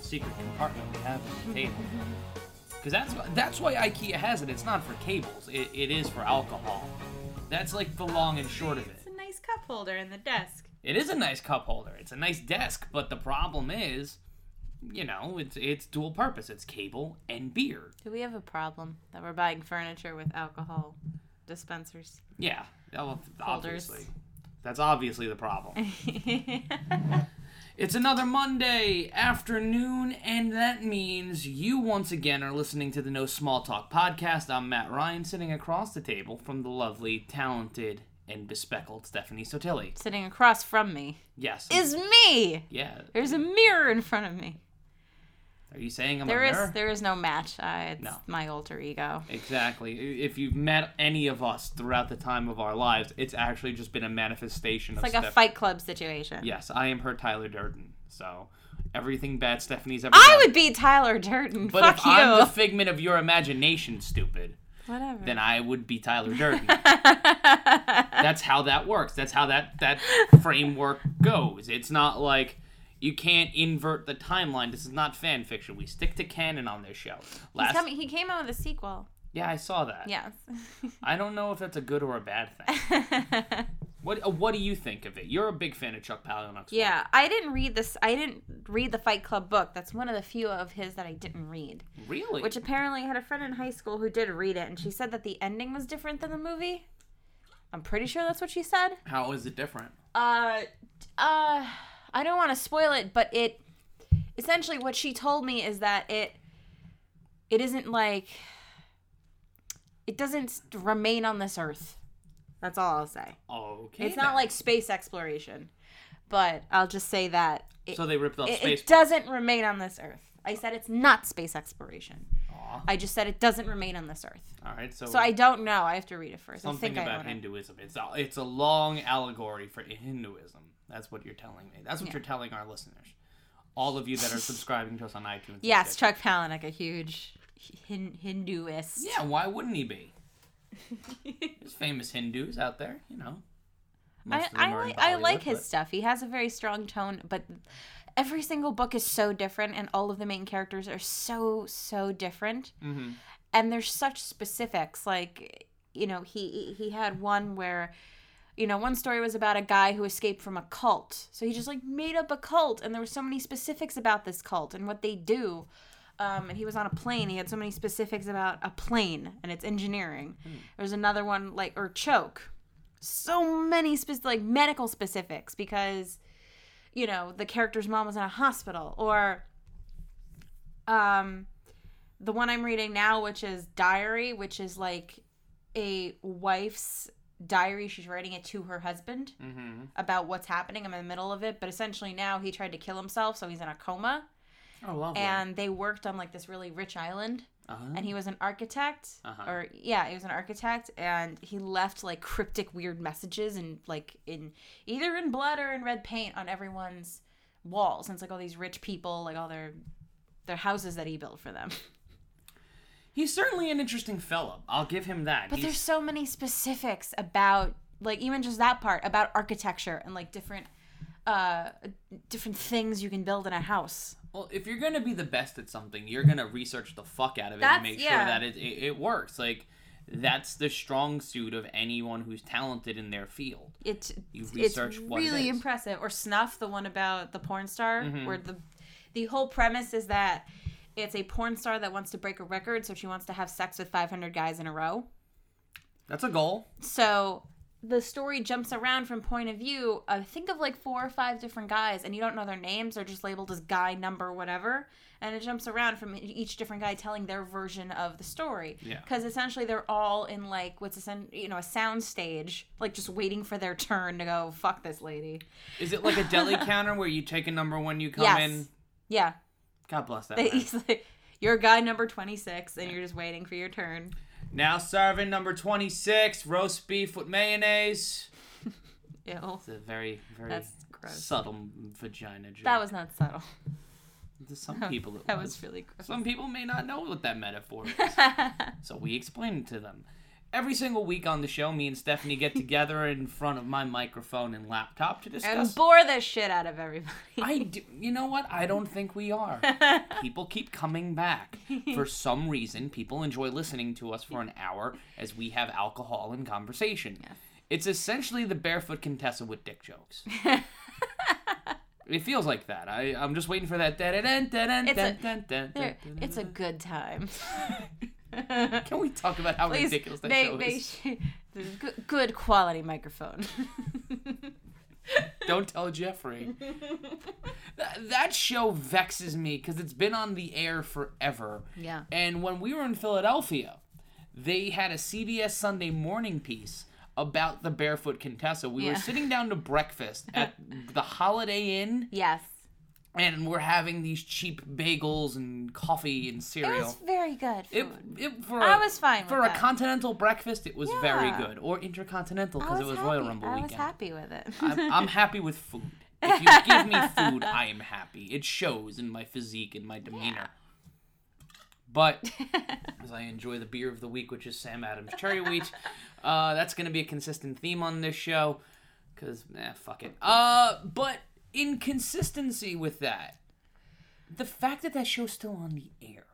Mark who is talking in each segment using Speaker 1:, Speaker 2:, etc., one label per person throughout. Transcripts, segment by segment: Speaker 1: secret compartment we have at the table. Because that's that's why IKEA has it. It's not for cables. It, it is for alcohol. That's like the long and short of
Speaker 2: It's
Speaker 1: it.
Speaker 2: a nice cup holder in the desk.
Speaker 1: It is a nice cup holder. It's a nice desk, but the problem is, you know, it's it's dual purpose. It's cable and beer.
Speaker 2: Do we have a problem that we're buying furniture with alcohol dispensers?
Speaker 1: Yeah, well,
Speaker 2: Holders.
Speaker 1: obviously. That's obviously the problem.
Speaker 2: That's
Speaker 1: It's another Monday afternoon, and that means you once again are listening to the No Small Talk podcast. I'm Matt Ryan, sitting across the table from the lovely, talented, and bespeckled Stephanie Sotilli.
Speaker 2: sitting across from me
Speaker 1: Yes.
Speaker 2: is me.
Speaker 1: yeah.
Speaker 2: There's a mirror in front of me.
Speaker 1: Are you saying I'm
Speaker 2: There
Speaker 1: a
Speaker 2: is
Speaker 1: mirror?
Speaker 2: there is no match. Uh, it's
Speaker 1: No.
Speaker 2: my alter ego.
Speaker 1: Exactly. I- If you've met any of us throughout the time of our lives, it's actually just been a manifestation
Speaker 2: It's
Speaker 1: of
Speaker 2: like a
Speaker 1: Steph-
Speaker 2: Fight Club situation.
Speaker 1: Yes, I am her Tyler Durden. So everything bad Stephanie's ever
Speaker 2: I
Speaker 1: done.
Speaker 2: would be Tyler Durden.
Speaker 1: But
Speaker 2: Fuck
Speaker 1: if
Speaker 2: you.
Speaker 1: I'm the figment of your imagination, stupid.
Speaker 2: Whatever.
Speaker 1: then I would be Tyler Durden. That's how that works. That's how that that framework goes. It's not like you can't invert the timeline. This is not fan fiction. We stick to canon on this show.
Speaker 2: He's
Speaker 1: Last,
Speaker 2: coming, he came out with a sequel.
Speaker 1: yeah, I saw that.
Speaker 2: Yes.
Speaker 1: I don't know if that's a good or a bad thing. What uh, What do you think of it? You're a big fan of Chuck Palahniuk.
Speaker 2: yeah, I didn't read this. I didn't read the Fight Club book. That's one of the few of his that I didn't read.
Speaker 1: really?
Speaker 2: Which apparently I had a friend in high school who did read it, and she said that the ending was different than the movie. I'm pretty sure that's what she said.
Speaker 1: how is it different?
Speaker 2: uh, uh, I don't want to spoil it, but it essentially what she told me is that it it isn't like it doesn't remain on this earth. That's all I'll say.
Speaker 1: Okay,
Speaker 2: It's not
Speaker 1: then.
Speaker 2: like space exploration, but I'll just say that it,
Speaker 1: so they ripped off
Speaker 2: it,
Speaker 1: space.
Speaker 2: it doesn't remain on this earth. I said it's not space exploration.
Speaker 1: Aw.
Speaker 2: I just said it doesn't remain on this earth.
Speaker 1: All right, so,
Speaker 2: So I don't know. I have to read it first. I
Speaker 1: Oh. something
Speaker 2: think I
Speaker 1: about
Speaker 2: own it.
Speaker 1: Hinduism. It's a, it's a long allegory for Hinduism. That's what you're telling me. That's what you're telling our listeners. All of you that are subscribing to us on iTunes. and
Speaker 2: Yes,
Speaker 1: Stitcher.
Speaker 2: Chuck Palahniuk, a huge hin- Hinduist.
Speaker 1: Yeah, why wouldn't he be? There's famous Hindus out there, you know. Most
Speaker 2: I,
Speaker 1: of them
Speaker 2: I
Speaker 1: are in
Speaker 2: like I
Speaker 1: Bollywood,
Speaker 2: like his
Speaker 1: but-
Speaker 2: stuff. He has a very strong tone, but every single book is so different, and all of the main characters are so so different,
Speaker 1: Mhm.
Speaker 2: and there's such specifics. Like you know, he he had one where. You know, one story was about a guy who escaped from a cult. So he just like made up a cult, and there were so many specifics about this cult and what they do. um, and he was on a plane. He had so many specifics about a plane and its engineering. There's another one like or choke. So many specific like medical specifics because you know the character's mom was in a hospital or um the one I'm reading now which is diary which is like a wife's diary she's writing it to her husband
Speaker 1: Mhm.
Speaker 2: about what's happening I'm in the middle of it but essentially now he tried to kill himself so he's in a coma
Speaker 1: Oh, lovely.
Speaker 2: and they worked on like this really rich island
Speaker 1: Uh-huh.
Speaker 2: and he was an architect
Speaker 1: Uh-huh.
Speaker 2: or yeah he was an architect and he left like cryptic weird messages and like in either in blood or in red paint on everyone's walls and it's like all these rich people like all their their houses that he built for them
Speaker 1: He's certainly an interesting fellow. I'll give him that.
Speaker 2: but
Speaker 1: He's-
Speaker 2: there's so many specifics about like even just that part about architecture and like different uh different things you can build in a house
Speaker 1: Well, if you're gonna be the best at something, you're gonna research the fuck out of it
Speaker 2: That's-
Speaker 1: and make
Speaker 2: yeah.
Speaker 1: sure that it, it it works. Like that's the strong suit of anyone who's talented in their field.
Speaker 2: it's
Speaker 1: You
Speaker 2: it's
Speaker 1: research what it
Speaker 2: really
Speaker 1: is.
Speaker 2: impressive. Or Snuff, the one about the porn star, where the the whole premise is that it's a porn star that wants to break a record, so she wants to have sex with 500 guys in a row.
Speaker 1: That's a goal.
Speaker 2: So the story jumps around from point of view. Uh, think of like four or five different guys, and you don't know their names. They're just labeled as guy number whatever, and it jumps around from e-, each different guy telling their version of the story.
Speaker 1: Yeah.
Speaker 2: Because essentially they're all in like what's essen- you know a sound stage, like just waiting for their turn to go fuck this lady.
Speaker 1: Is it like a deli counter where you take a number when you come
Speaker 2: Yes.
Speaker 1: in?
Speaker 2: Yeah,
Speaker 1: God bless that.
Speaker 2: they
Speaker 1: man.
Speaker 2: easily. You're guy number 26, and you're just waiting for your turn.
Speaker 1: Now serving number twenty six, roast beef with mayonnaise.
Speaker 2: Ew.
Speaker 1: It's a very, very
Speaker 2: That's gross.
Speaker 1: subtle vagina joke.
Speaker 2: That was not subtle.
Speaker 1: to some people. It
Speaker 2: That
Speaker 1: was.
Speaker 2: was really gross.
Speaker 1: Some people may not know what that metaphor is, so we explained it to them. Every single week on the show, me and Stephanie get together in front of my microphone and laptop to discuss.
Speaker 2: and bore the shit out of everybody.
Speaker 1: I do, you know what? I don't think we are. people keep coming back. For some reason, people enjoy listening to us for an hour as we have alcohol and conversation. It's essentially the barefoot Contessa with dick jokes. it feels like that. I, I'm just waiting for that.
Speaker 2: It's a- There-
Speaker 1: It's
Speaker 2: it's a good time.
Speaker 1: Can we talk about how
Speaker 2: Please,
Speaker 1: ridiculous that
Speaker 2: they-
Speaker 1: show
Speaker 2: they
Speaker 1: is?
Speaker 2: should- this is good, good quality microphone.
Speaker 1: Don't tell Jeffrey. Th- that show vexes me because it's been on the air forever.
Speaker 2: yeah.
Speaker 1: And when we were in Philadelphia, they had a CBS Sunday morning piece about the Barefoot Contessa. We were
Speaker 2: Yeah.
Speaker 1: sitting down to breakfast at the Holiday Inn,
Speaker 2: Yes.
Speaker 1: and we're having these cheap bagels and coffee and
Speaker 2: It
Speaker 1: cereal.
Speaker 2: was very good.
Speaker 1: It,
Speaker 2: food.
Speaker 1: it for
Speaker 2: I
Speaker 1: a-
Speaker 2: was fine
Speaker 1: for
Speaker 2: with
Speaker 1: a
Speaker 2: that.
Speaker 1: continental breakfast. It was very
Speaker 2: Yeah.
Speaker 1: good, or intercontinental
Speaker 2: I
Speaker 1: because it was
Speaker 2: happy.
Speaker 1: Royal Rumble
Speaker 2: I was
Speaker 1: weekend.
Speaker 2: happy with it.
Speaker 1: I'm, I'm happy with food. If you give me food, I am happy. It shows in my physique and my demeanor. But as I enjoy the beer of the week, which is Sam Adams Cherry Wheat, uh, that's going to be a consistent theme on this show. Because, eh, fuck it. Uh, but inconsistency with that, the fact that that show's still on the air.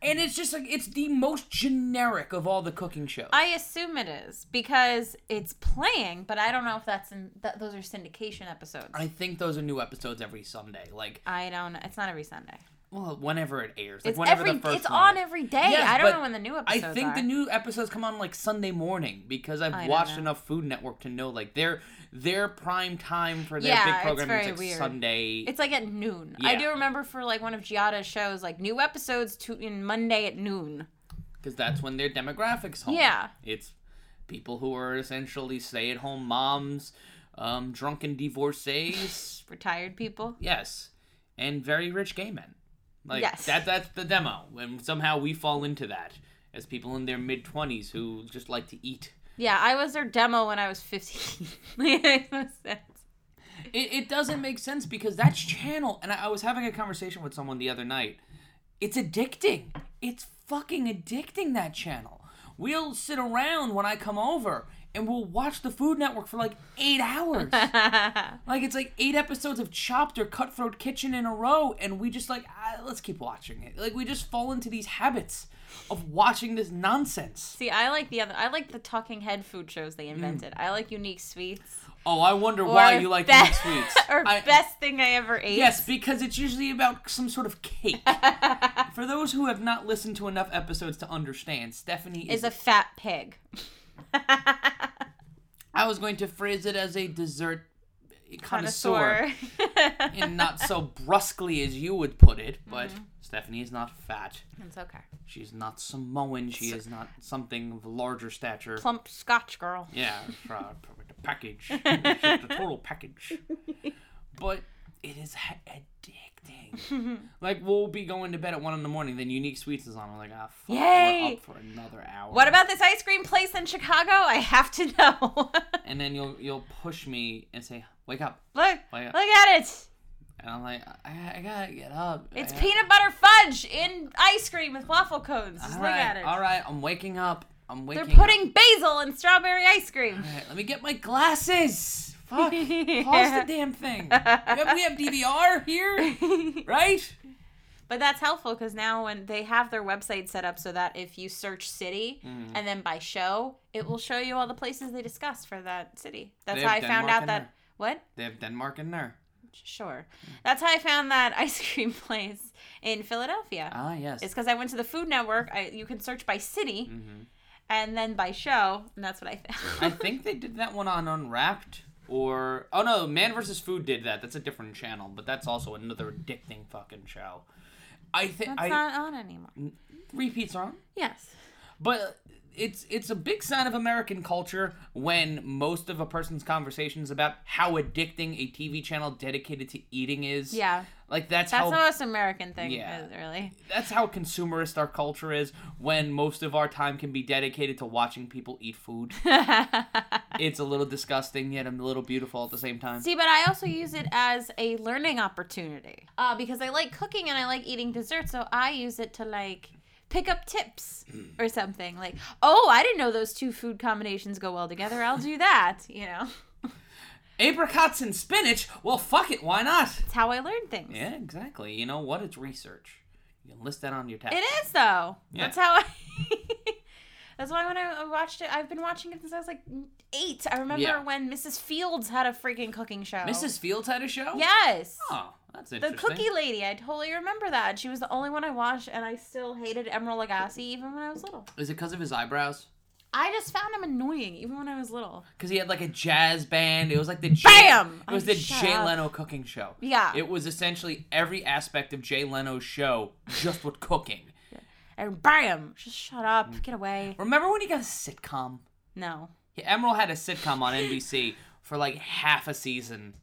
Speaker 1: and it's just like, it's the most generic of all the cooking shows.
Speaker 2: I assume it is because it's playing, but I don't know if that's in. Th- those are syndication episodes. I,
Speaker 1: I think those are new episodes every Sunday. Like,
Speaker 2: don't. It's not every Sunday.
Speaker 1: Well, whenever it airs, like
Speaker 2: It's
Speaker 1: whenever
Speaker 2: every.
Speaker 1: the first
Speaker 2: It's
Speaker 1: one
Speaker 2: on
Speaker 1: is.
Speaker 2: every day.
Speaker 1: Yes,
Speaker 2: I don't
Speaker 1: but
Speaker 2: know when the new
Speaker 1: I
Speaker 2: episodes
Speaker 1: think
Speaker 2: are.
Speaker 1: the new episodes come on like Sunday morning because I've
Speaker 2: I don't
Speaker 1: watched
Speaker 2: know.
Speaker 1: enough Food Network to know like their their prime time for their
Speaker 2: Yeah,
Speaker 1: big
Speaker 2: it's
Speaker 1: program is
Speaker 2: very
Speaker 1: like
Speaker 2: weird.
Speaker 1: Sunday.
Speaker 2: it's like at noon. I
Speaker 1: Yeah.
Speaker 2: do remember for like one of Giada's shows, like new episodes to in Monday at noon.
Speaker 1: because that's when their demographics home.
Speaker 2: Yeah.
Speaker 1: it's people who are essentially stay at home moms, um, drunken divorcees,
Speaker 2: Retired people.
Speaker 1: yes, and very rich gay men. Like
Speaker 2: Yes.
Speaker 1: that that's the demo, and somehow we fall into that as people in their mid twenties who just like to eat.
Speaker 2: Yeah, I was their demo when I was fifteen. Like, that's- that's-
Speaker 1: it, it doesn't make sense because that's channel and I, I was having a conversation with someone the other night it's addicting it's fucking addicting that channel we'll sit around when i come over and we'll watch the food network for like eight hours like it's like eight episodes of chopped or cutthroat kitchen in a row and we just like ah, let's keep watching it like we just fall into these habits of watching this nonsense
Speaker 2: See, I like the other. I like the talking head food shows they invented. I like unique sweets.
Speaker 1: oh i wonder Mm. why
Speaker 2: Or
Speaker 1: you like
Speaker 2: be-
Speaker 1: these sweets
Speaker 2: or
Speaker 1: I-
Speaker 2: best thing I ever ate.
Speaker 1: Yes, because it's usually about some sort of cake. For those who have not listened to enough episodes to understand, Stephanie is.
Speaker 2: is
Speaker 1: I
Speaker 2: a fat pig.
Speaker 1: was going to phrase it as a dessert connoisseur,
Speaker 2: Connoisseur.
Speaker 1: and not so brusquely as you would put it, but
Speaker 2: Mm-hmm.
Speaker 1: Stephanie is not fat.
Speaker 2: it's okay.
Speaker 1: She's not Samoan. She is not something of larger stature.
Speaker 2: Plump Scotch girl.
Speaker 1: Yeah, it's, uh, the package. It's just a total package. But it is ha- addicting. like we'll be going to bed at one in the morning, then Unique Sweets is on. We're like, ah, fuck, we're
Speaker 2: Yay.
Speaker 1: up for another hour.
Speaker 2: What about this ice cream place in Chicago? I have to know.
Speaker 1: and then you'll you'll push me and say, wake up,
Speaker 2: look,
Speaker 1: Why-
Speaker 2: look at it.
Speaker 1: and I'm like, I, I gotta get up.
Speaker 2: It's
Speaker 1: I-
Speaker 2: peanut butter fudge in ice cream with waffle cones. Just
Speaker 1: All
Speaker 2: look
Speaker 1: right,
Speaker 2: at it.
Speaker 1: all right, I'm waking up. I'm waking.
Speaker 2: They're
Speaker 1: Up.
Speaker 2: putting basil in strawberry ice cream.
Speaker 1: All right, let me get my glasses. Fuck, pause
Speaker 2: Yeah.
Speaker 1: the damn thing. Yep, we have DVR here, right?
Speaker 2: But that's helpful because now when they have their website set up so that if you search city
Speaker 1: Mm.
Speaker 2: and then by show, it will show you all the places they discussed for that city. That's
Speaker 1: They
Speaker 2: how I
Speaker 1: have
Speaker 2: found
Speaker 1: Denmark
Speaker 2: out
Speaker 1: in
Speaker 2: that
Speaker 1: there. Mm.
Speaker 2: what?
Speaker 1: They have Denmark in there.
Speaker 2: Sure. That's how I found that ice cream place in Philadelphia.
Speaker 1: Ah, yes.
Speaker 2: It's because I went to the Food Network. I, you can search by city and then by show, and that's what I found.
Speaker 1: Mm-hmm. I think they did that one on Unwrapped or oh no, Man vs. Food did that. That's a different channel, but that's also another addicting fucking show. I think
Speaker 2: That's
Speaker 1: I
Speaker 2: not on anymore.
Speaker 1: repeats on,
Speaker 2: Yes.
Speaker 1: but it's it's a big sign of American culture when most of a person's conversations about how addicting a TV channel dedicated to eating is.
Speaker 2: Yeah.
Speaker 1: like that's,
Speaker 2: That's
Speaker 1: how
Speaker 2: the most American thing,
Speaker 1: Yeah.
Speaker 2: is, really.
Speaker 1: that's how consumerist our culture is when most of our time can be dedicated to watching people eat food. it's a little disgusting yet a little beautiful at the same time.
Speaker 2: See, but I also use it as a learning opportunity uh, because I like cooking and I like eating dessert. So I use it to like pick up tips or something like oh i didn't know those two food combinations go well together i'll do that you know
Speaker 1: Apricots and spinach? Well, fuck it, why not?
Speaker 2: it's how i learn things
Speaker 1: Yeah, exactly. You know what? It's research. You can list that on your test.
Speaker 2: it is though
Speaker 1: Yeah.
Speaker 2: that's how i that's why when i watched it i've been watching it since i was like eight i remember
Speaker 1: Yeah.
Speaker 2: when mrs fields had a freaking cooking show
Speaker 1: Mrs. Fields had a show?
Speaker 2: yes
Speaker 1: Oh, that's
Speaker 2: The
Speaker 1: interesting.
Speaker 2: cookie lady, I totally remember that. She was the only one I watched, and I still hated Emerald Lagasse even when I was little.
Speaker 1: Is it because of his eyebrows?
Speaker 2: I just found him annoying even when I was little.
Speaker 1: Because he had like a jazz band. It was like the Jay,
Speaker 2: Bam!
Speaker 1: It was
Speaker 2: Oh,
Speaker 1: the
Speaker 2: shut
Speaker 1: Jay
Speaker 2: up.
Speaker 1: Leno cooking show.
Speaker 2: Yeah.
Speaker 1: It was essentially every aspect of Jay Leno's show, just with cooking.
Speaker 2: and bam! Just shut
Speaker 1: Mm.
Speaker 2: up. Get away.
Speaker 1: Remember when he got a sitcom?
Speaker 2: No.
Speaker 1: Yeah, Emerald had a sitcom on NBC for like half a season.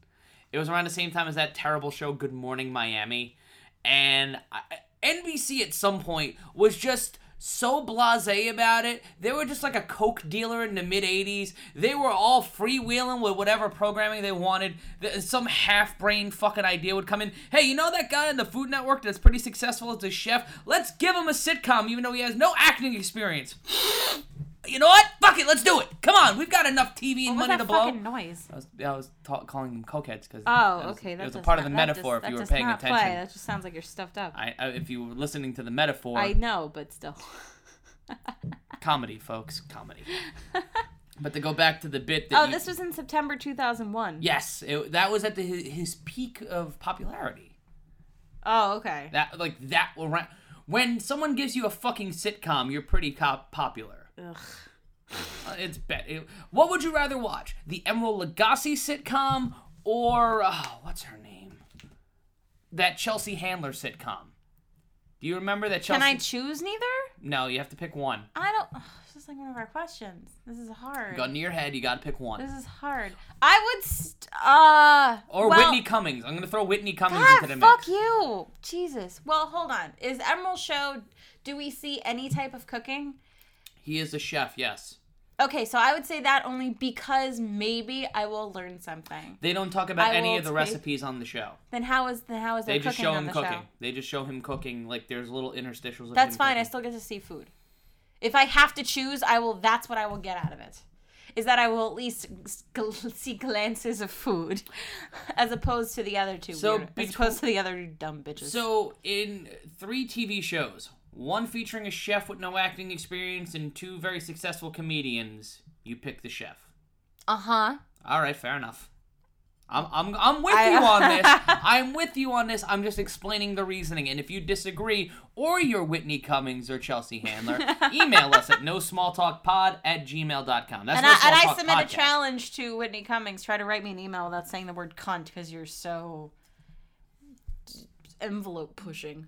Speaker 1: It was around the same time as that terrible show Good Morning Miami, and I, NBC at some point was just so blasé about it. They were just like a coke dealer in the mid '80s. They were all freewheeling with whatever programming they wanted. Th- Some half-brained fucking idea would come in. Hey, you know that guy on the Food Network that's pretty successful as a chef? Let's give him a sitcom, even though he has no acting experience. You know what? Fuck it, let's do it. Come on, we've got enough TV and money
Speaker 2: What was that
Speaker 1: to blow.
Speaker 2: fucking noise?
Speaker 1: I was, I was ta- calling them cokeheads because
Speaker 2: Oh, okay. That
Speaker 1: it was a
Speaker 2: does
Speaker 1: part of
Speaker 2: not-
Speaker 1: the
Speaker 2: that
Speaker 1: metaphor
Speaker 2: does-
Speaker 1: if you were
Speaker 2: that does
Speaker 1: paying
Speaker 2: not
Speaker 1: attention.
Speaker 2: Play. That just sounds like you're stuffed up. I,
Speaker 1: I, I, if you were listening to the metaphor,
Speaker 2: know, but still.
Speaker 1: comedy, folks, comedy. but to go back to the bit that
Speaker 2: oh,
Speaker 1: you-
Speaker 2: this was in September 2001.
Speaker 1: yes, it, that was at the, his, his peak of popularity.
Speaker 2: Oh, okay.
Speaker 1: That like that will ra- when someone gives you a fucking sitcom, you're pretty cop popular.
Speaker 2: Ugh.
Speaker 1: Uh, It's bet. it- what would you rather watch? The Emerald Lagasse sitcom or oh, what's her name? That Chelsea Handler sitcom. Do you remember that Chelsea?
Speaker 2: Can I choose neither?
Speaker 1: No, you have to pick one.
Speaker 2: I don't. Ugh, it's just like one of our questions. This is hard.
Speaker 1: Gun to your head, you gotta pick one.
Speaker 2: This is hard. I would. St- uh.
Speaker 1: Or
Speaker 2: well,
Speaker 1: Whitney Cummings. I'm gonna throw Whitney Cummings
Speaker 2: God,
Speaker 1: into the mix.
Speaker 2: fuck you. Jesus. Well, hold on. Is Emerald show? Do we see any type of cooking?
Speaker 1: He is a chef. Yes.
Speaker 2: Okay, so I would say that only because maybe I will learn something.
Speaker 1: They don't talk about
Speaker 2: I
Speaker 1: any
Speaker 2: will
Speaker 1: of the
Speaker 2: take-
Speaker 1: recipes on the show.
Speaker 2: Then how is then how is there
Speaker 1: They just
Speaker 2: cooking
Speaker 1: show
Speaker 2: on
Speaker 1: him
Speaker 2: the
Speaker 1: cooking.
Speaker 2: show?
Speaker 1: They just show him cooking. Like there's little interstitials. Of
Speaker 2: That's
Speaker 1: him
Speaker 2: fine.
Speaker 1: Cooking.
Speaker 2: I still get to see food. If I have to choose, I will. That's what I will get out of it. Is that I will at least gl- see glances of food, as opposed to the other two.
Speaker 1: So
Speaker 2: weird-
Speaker 1: betw-
Speaker 2: as opposed to the other dumb bitches.
Speaker 1: So in three TV shows, one featuring a chef with no acting experience and two very successful comedians, you pick the chef.
Speaker 2: uh huh.
Speaker 1: All right, fair enough. I'm, I'm, I'm with
Speaker 2: I-
Speaker 1: you on this. I'm with you on this. I'm just explaining the reasoning. And if you disagree, or you're Whitney Cummings or Chelsea Handler, email us at no small talk pod at gmail.com. That's
Speaker 2: And
Speaker 1: no
Speaker 2: I,
Speaker 1: small
Speaker 2: and I
Speaker 1: talk
Speaker 2: submit
Speaker 1: podcast.
Speaker 2: a challenge to Whitney Cummings. Try to write me an email without saying the word cunt because you're so envelope pushing.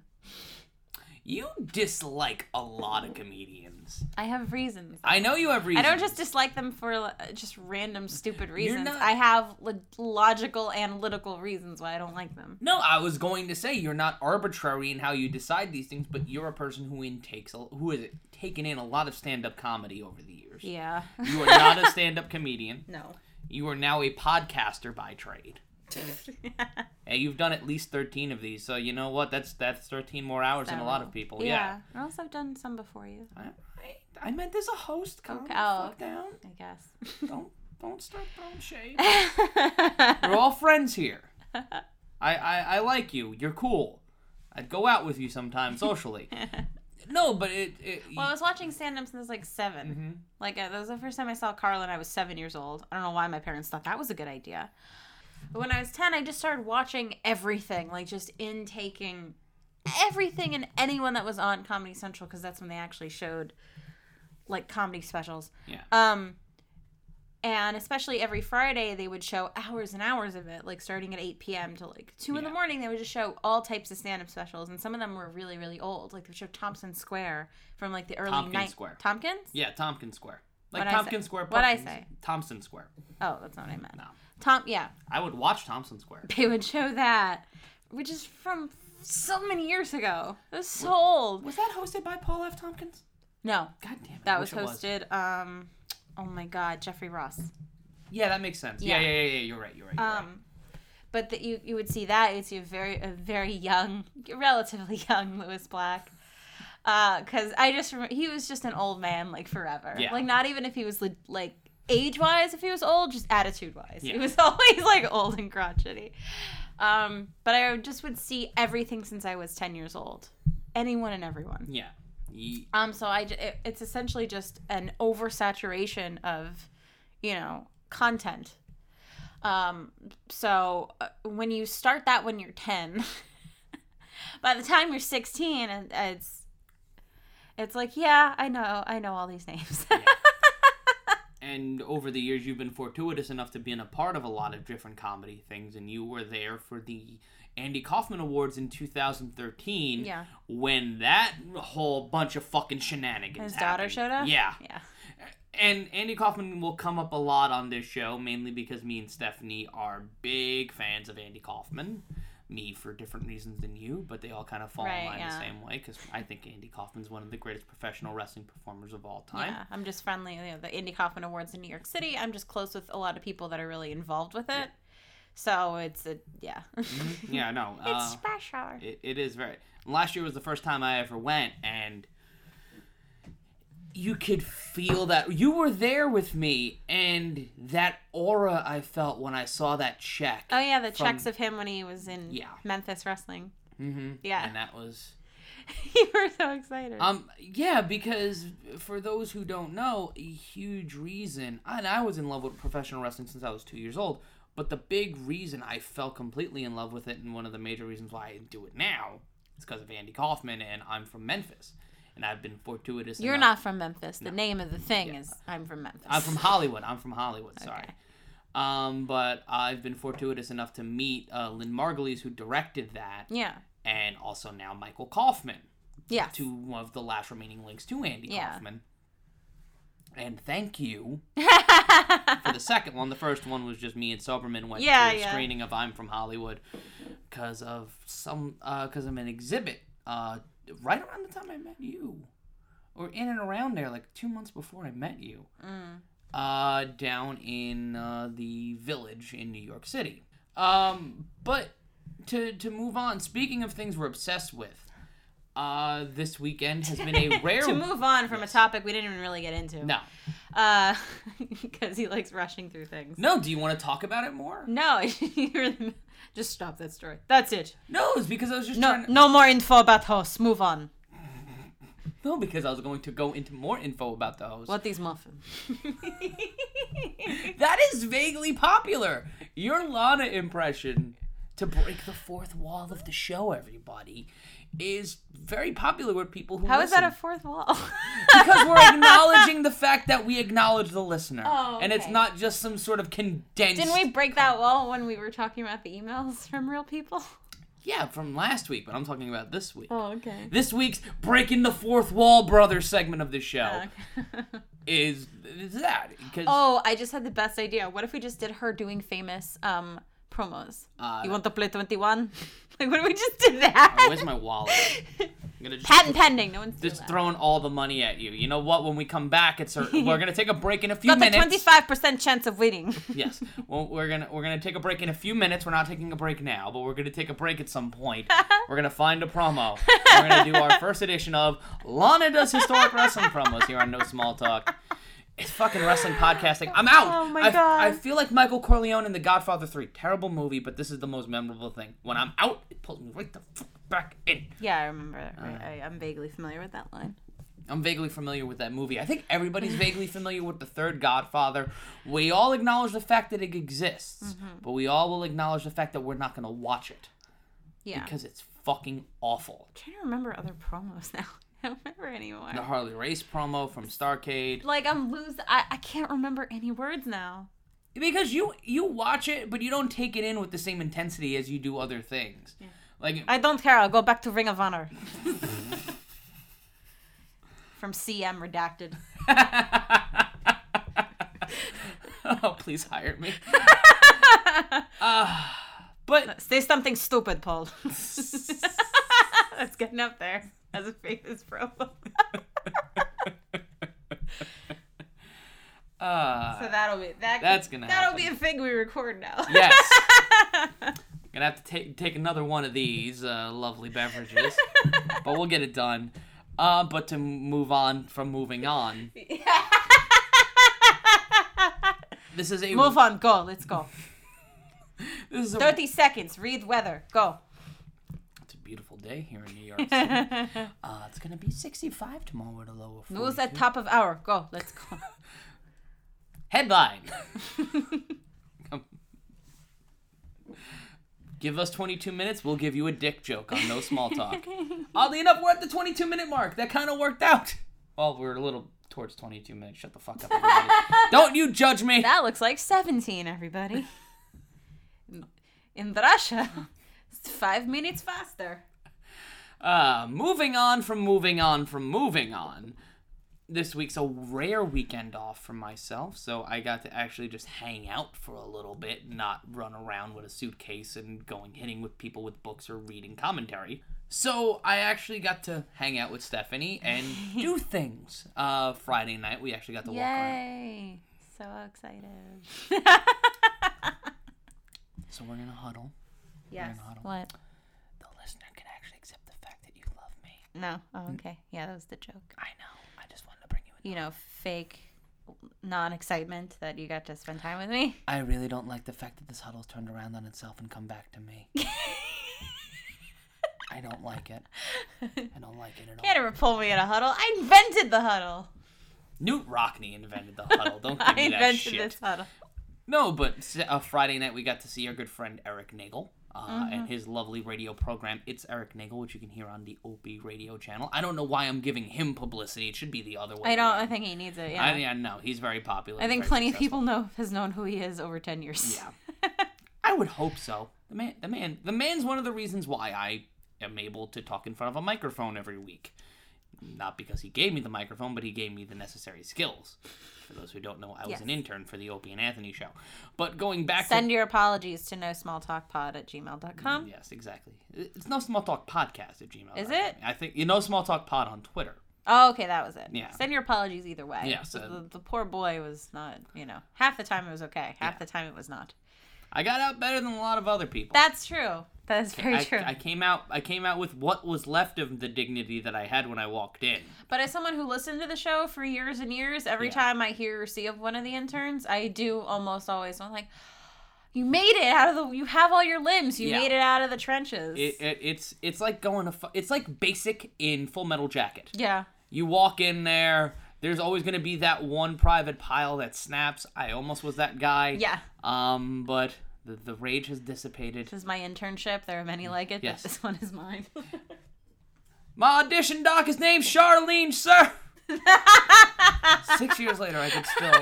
Speaker 1: You dislike a lot of comedians.
Speaker 2: I have reasons.
Speaker 1: I know you have
Speaker 2: I
Speaker 1: reasons.
Speaker 2: don't just dislike them for uh, just random stupid reasons.
Speaker 1: not-
Speaker 2: I have lo- logical, analytical reasons why I don't like them.
Speaker 1: No, I was going to say you're not arbitrary in how you decide these things, but you're a person who intakes a, who has taken in a lot of stand-up comedy over the years.
Speaker 2: Yeah.
Speaker 1: You are not a stand-up comedian.
Speaker 2: no.
Speaker 1: You are now a podcaster by trade. And you've done at least 13 of these, so you know what? That's that's 13 more hours than a lot of people. Yeah.
Speaker 2: I also have done some before you,
Speaker 1: I, I, I meant there's a host. Calm
Speaker 2: Okay,
Speaker 1: the
Speaker 2: oh,
Speaker 1: fuck
Speaker 2: okay.
Speaker 1: down.
Speaker 2: I guess.
Speaker 1: Don't don't start throwing shade. We're all friends here. I, I, I like you. You're cool. I'd go out with you sometime socially. no, but it. it
Speaker 2: Well, I was watching stand up since I was like 7 Like, uh, that was the first time I saw Carlin. I was seven years old. I don't know why my parents thought that was a good idea. But when I was 10, I just started watching everything, like, just intaking everything and anyone that was on Comedy Central, because that's when they actually showed, like, comedy specials.
Speaker 1: Yeah.
Speaker 2: Um, and especially every Friday, they would show hours and hours of it, like starting at 8 p.m. to like 2 in the
Speaker 1: Yeah.
Speaker 2: morning. They would just show all types of stand up specials, and some of them were really, really old. Like they would show Thompson Square from like the early
Speaker 1: Tompkins
Speaker 2: night-
Speaker 1: Square.
Speaker 2: Tompkins?
Speaker 1: yeah, Tompkins Square. Like
Speaker 2: What'd I say?
Speaker 1: Tompkins Square.
Speaker 2: What'd I
Speaker 1: Pumpkins.
Speaker 2: say?
Speaker 1: Thompson Square.
Speaker 2: Oh, that's not what I meant.
Speaker 1: No.
Speaker 2: Tom, yeah.
Speaker 1: I would watch Thompson Square.
Speaker 2: They would show that, which is from so many years ago. It was so old.
Speaker 1: Was that hosted by Paul F. Tompkins?
Speaker 2: No,
Speaker 1: God damn it. I
Speaker 2: that was
Speaker 1: wish it
Speaker 2: hosted. Um, oh my God, Jeffrey Ross.
Speaker 1: Yeah, that makes sense. Yeah, yeah,
Speaker 2: Yeah.
Speaker 1: yeah, yeah. You're right. You're right. You're right.
Speaker 2: Um, but that you you would see that you would see a very a very young, relatively young Lewis Black. because I just remember he was just an old man like forever.
Speaker 1: Yeah.
Speaker 2: Like not even if he was li- like age wise, if he was old, just attitude wise,
Speaker 1: Yeah.
Speaker 2: he was always like old and crotchety. Um, but I just would see everything since I was ten years old, anyone and everyone.
Speaker 1: Yeah. Ye-
Speaker 2: Um, so I j- it, it's essentially just an oversaturation of, you know, content. Um, so uh, when you start that when you're ten, by the time you're sixteen, and it's it's like yeah, I know, I know all these names.
Speaker 1: and over the years you've been fortuitous enough to be in a part of a lot of different comedy things and you were there for the andy kaufman awards in 2013
Speaker 2: Yeah.
Speaker 1: when that whole bunch of fucking shenanigans
Speaker 2: His daughter
Speaker 1: happened.
Speaker 2: showed up?
Speaker 1: yeah
Speaker 2: yeah,
Speaker 1: and andy kaufman will come up a lot on this show mainly because me and stephanie are big fans of andy kaufman me for different reasons than you but they all kind of fall
Speaker 2: Right,
Speaker 1: in line
Speaker 2: yeah.
Speaker 1: the same way because i think andy kaufman's one of the greatest professional wrestling performers of all time
Speaker 2: yeah. I'm just friendly. You know, the Indie Kaufman Awards in New York City. I'm just close with a lot of people that are really involved with it. So it's a yeah.
Speaker 1: yeah no
Speaker 2: it's
Speaker 1: uh,
Speaker 2: special.
Speaker 1: It, it is very. Last year was the first time I ever went, and you could feel that you were there with me, and that aura I felt when I saw that check.
Speaker 2: Oh yeah, the
Speaker 1: from-
Speaker 2: checks of him when he was in
Speaker 1: Yeah.
Speaker 2: Memphis wrestling.
Speaker 1: mm-hmm.
Speaker 2: Yeah.
Speaker 1: and that was
Speaker 2: you were so excited.
Speaker 1: um yeah because for those who don't know, a huge reason, and I was in love with professional wrestling since I was two years old. But the big reason I fell completely in love with it, and one of the major reasons why I do it now, is because of Andy Kaufman, and I'm from Memphis, and I've been fortuitous.
Speaker 2: You're
Speaker 1: enough-
Speaker 2: not from Memphis. The name of the thing is I'm from Memphis.
Speaker 1: I'm from Hollywood. I'm from Hollywood. Sorry. Um, but I've been fortuitous enough to meet uh, Lynn Margulies, who directed that,
Speaker 2: Yeah.
Speaker 1: and also now Michael Kaufman,
Speaker 2: Yeah.
Speaker 1: two of the last remaining links to Andy
Speaker 2: Yeah.
Speaker 1: Kaufman. And thank you for the second one. The first one was just me and Soberman went
Speaker 2: Yeah,
Speaker 1: to a
Speaker 2: yeah.
Speaker 1: screening of I'm from Hollywood because of some because of an exhibit uh, right around the time I met you, or in and around there, like two months before I met you
Speaker 2: Mm.
Speaker 1: uh, down in uh, the village in New York City. Um, but to to move on, speaking of things we're obsessed with, uh, this weekend has been a rare.
Speaker 2: to move on from a topic we didn't even really get into.
Speaker 1: no,
Speaker 2: because he likes rushing through things.
Speaker 1: no. Do you want to talk about it more?
Speaker 2: No, you really- just stop that story. That's it.
Speaker 1: No, it's because I was just
Speaker 2: No,
Speaker 1: trying. To,
Speaker 2: no more info about hosts. Move on.
Speaker 1: no, because I was going to go into more info about the host.
Speaker 2: What these muffins?
Speaker 1: That is vaguely popular. Your Lana impression to break the fourth wall of the show, everybody, is very popular with people who.
Speaker 2: How is that
Speaker 1: listen.
Speaker 2: a fourth wall?
Speaker 1: because we're acknowledging the fact that we acknowledge the listener,
Speaker 2: Oh,
Speaker 1: and it's
Speaker 2: okay.
Speaker 1: not just some sort of condensed.
Speaker 2: Didn't we break that wall when we were talking about the emails from real people?
Speaker 1: Yeah, from last week, but I'm talking about this week.
Speaker 2: Oh, okay.
Speaker 1: This week's breaking the fourth wall, brother segment of the show is, is that because
Speaker 2: oh, I just had the best idea. What if we just did her doing famous um promos?
Speaker 1: Uh, Oh,
Speaker 2: you want to play 21? like, what if we just did that?
Speaker 1: where's my wallet? I'm gonna just.
Speaker 2: Patent pending. No one's doing
Speaker 1: Just
Speaker 2: that.
Speaker 1: throwing all the money at you. You know what? When we come back, it's our, we're gonna take a break in a few
Speaker 2: Got the
Speaker 1: minutes.
Speaker 2: twenty-five percent chance of winning.
Speaker 1: Yes. Well, we're gonna we're gonna take a break in a few minutes. We're not taking a break now, but we're gonna take a break at some point. we're gonna find a promo. We're gonna do our first edition of Lana does historic wrestling promos here on No Small Talk. It's fucking wrestling podcasting. I'm out.
Speaker 2: Oh my
Speaker 1: I,
Speaker 2: God.
Speaker 1: I feel like Michael Corleone in The Godfather Three. Terrible movie, but this is the most memorable thing. When I'm out, it pulls me right the fuck back in.
Speaker 2: yeah, I remember. that.
Speaker 1: Uh,
Speaker 2: Right. I, I'm vaguely familiar with that line.
Speaker 1: I'm vaguely familiar with that movie. I think everybody's vaguely familiar with the third Godfather. We all acknowledge the fact that it exists, but we all will acknowledge the fact that we're not going to watch it
Speaker 2: Yeah.
Speaker 1: because it's fucking awful.
Speaker 2: I'm trying to remember other promos now. I don't remember anymore.
Speaker 1: The Harley Race promo from Starcade.
Speaker 2: Like I'm lose. I, I can't remember any words now.
Speaker 1: Because you you watch it, but you don't take it in with the same intensity as you do other things. Like
Speaker 2: I don't care. I'll go back to Ring of Honor. From CM redacted.
Speaker 1: oh, please hire me. uh, but
Speaker 2: Say something stupid, Paul. That's getting up there as a famous promo.
Speaker 1: uh,
Speaker 2: So that'll be that.
Speaker 1: That's gonna
Speaker 2: That'll
Speaker 1: happen.
Speaker 2: be a thing we record now.
Speaker 1: Yes. Gonna have to take take another one of these uh, lovely beverages, but we'll get it done. Uh, but to move on from moving on, this is a
Speaker 2: Move on. Go. Let's go.
Speaker 1: this is a,
Speaker 2: 30 seconds. Read weather. Go.
Speaker 1: it's a beautiful day here in New York. City. uh, it's gonna be 65 tomorrow with a low of
Speaker 2: News
Speaker 1: 42.
Speaker 2: at top of hour. Go. Let's go.
Speaker 1: Headline. Give us 22 minutes, we'll give you a dick joke on no small talk. Oddly enough, we're at the 22 minute mark. That kind of worked out. Well, we're a little towards 22 minutes. Shut the fuck up. everybody. Don't you judge me.
Speaker 2: That looks like 17, everybody. In Russia, it's five minutes faster.
Speaker 1: Uh, moving on from moving on from moving on. This week's a rare weekend off for myself, so I got to actually just hang out for a little bit, not run around with a suitcase and going hitting with people with books or reading commentary. So I actually got to hang out with Stephanie and do things. Uh, Friday night we actually got to walk around.
Speaker 2: Yay! So excited.
Speaker 1: So we're gonna huddle.
Speaker 2: Yes. What?
Speaker 1: The listener can actually accept the fact that you love me.
Speaker 2: No.
Speaker 1: Mm.
Speaker 2: Oh, okay. Yeah, that was the joke.
Speaker 1: I know. I just wanted to bring you in.
Speaker 2: You know, fake non excitement that you got to spend time with me.
Speaker 1: I really don't like the fact that this huddle's turned around on itself and come back to me. I don't like it. I don't like it at all.
Speaker 2: Can't ever pull me in a huddle. I invented the huddle.
Speaker 1: Newt Rockney invented the huddle. Don't give
Speaker 2: I
Speaker 1: me that
Speaker 2: invented
Speaker 1: shit.
Speaker 2: this huddle.
Speaker 1: No, but s- uh, Friday night we got to see our good friend Eric Nagel uh, and
Speaker 2: Mm-hmm.
Speaker 1: his lovely radio program. It's Eric Nagel, which you can hear on the Opie radio channel. I don't know why I'm giving him publicity. It should be the other way.
Speaker 2: I don't. I
Speaker 1: around.
Speaker 2: think he needs it. Yeah.
Speaker 1: I,
Speaker 2: I,
Speaker 1: yeah, no, he's very popular.
Speaker 2: think
Speaker 1: very
Speaker 2: plenty
Speaker 1: successful.
Speaker 2: of people know has known who he is over ten years.
Speaker 1: Yeah. I would hope so. The man, the man, the man's one of the reasons why I am able to talk in front of a microphone every week. Not because he gave me the microphone, but he gave me the necessary skills. For those who don't know, I was an
Speaker 2: Yes.
Speaker 1: intern for the Opie and Anthony show. But going back
Speaker 2: Send your apologies to no small talk pod at
Speaker 1: to
Speaker 2: gmail.com.
Speaker 1: yes, exactly. It's no small talk podcast at Gmail.
Speaker 2: Is it?
Speaker 1: I think you know small talk pod on Twitter.
Speaker 2: Oh, okay, that was it.
Speaker 1: Yeah.
Speaker 2: Send your apologies either way.
Speaker 1: Yeah,
Speaker 2: So
Speaker 1: so-
Speaker 2: the, the poor boy was not, you know, half the time it was okay, half the time it was not.
Speaker 1: I got out better than a lot of other people.
Speaker 2: That's true. That is very
Speaker 1: I,
Speaker 2: true.
Speaker 1: I came out. I came out with what was left of the dignity that I had when I walked in.
Speaker 2: but as someone who listened to the show for years and years, every
Speaker 1: Yeah.
Speaker 2: time I hear or see of one of the interns, I do almost always. I'm like, you made it out of the. You have all your limbs. You
Speaker 1: Yeah.
Speaker 2: made it out of the trenches.
Speaker 1: It, it, it's it's like going to fu- it's like basic in Full Metal Jacket.
Speaker 2: yeah.
Speaker 1: You walk in there. There's always going to be that one private pile that snaps. I almost was that guy.
Speaker 2: Yeah.
Speaker 1: Um, but the, the rage has dissipated.
Speaker 2: This is my internship. There are many like it,
Speaker 1: Mm. Yes.
Speaker 2: but this one is mine.
Speaker 1: My audition doc is named Charlene, sir. Six years later, I could still.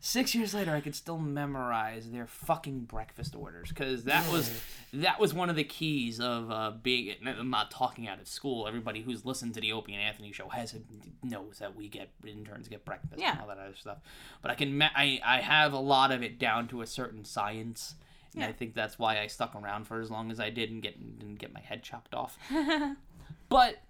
Speaker 1: Six years later, I could still memorize their fucking breakfast orders because that was that was one of the keys of uh, being. I'm not talking out of school. Everybody who's listened to the Opie and Anthony show has uh, knows that we get interns get breakfast
Speaker 2: Yeah.
Speaker 1: and all that other stuff. But I can ma- I I have a lot of it down to a certain science. And I think that's why I stuck around for as long as I did and get didn't get my head chopped off. But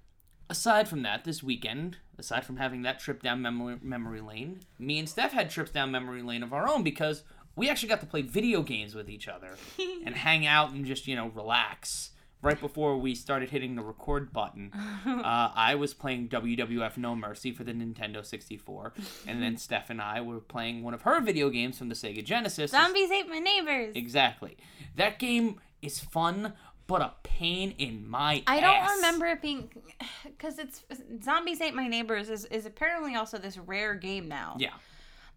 Speaker 1: aside from that, this weekend, aside from having that trip down memory, memory lane, me and Steph had trips down memory lane of our own because we actually got to play video games with each other and hang out and just, you know, relax. Right before we started hitting the record button, uh, I was playing WWF No Mercy for the Nintendo 64, and then Steph and I were playing one of her video games from the Sega Genesis.
Speaker 2: Zombies ate my neighbors.
Speaker 1: Exactly. That game is fun, but a pain in my
Speaker 2: I don't
Speaker 1: ass.
Speaker 2: remember it being because it's Zombies Ate My Neighbors is, is apparently also this rare game now.
Speaker 1: Yeah.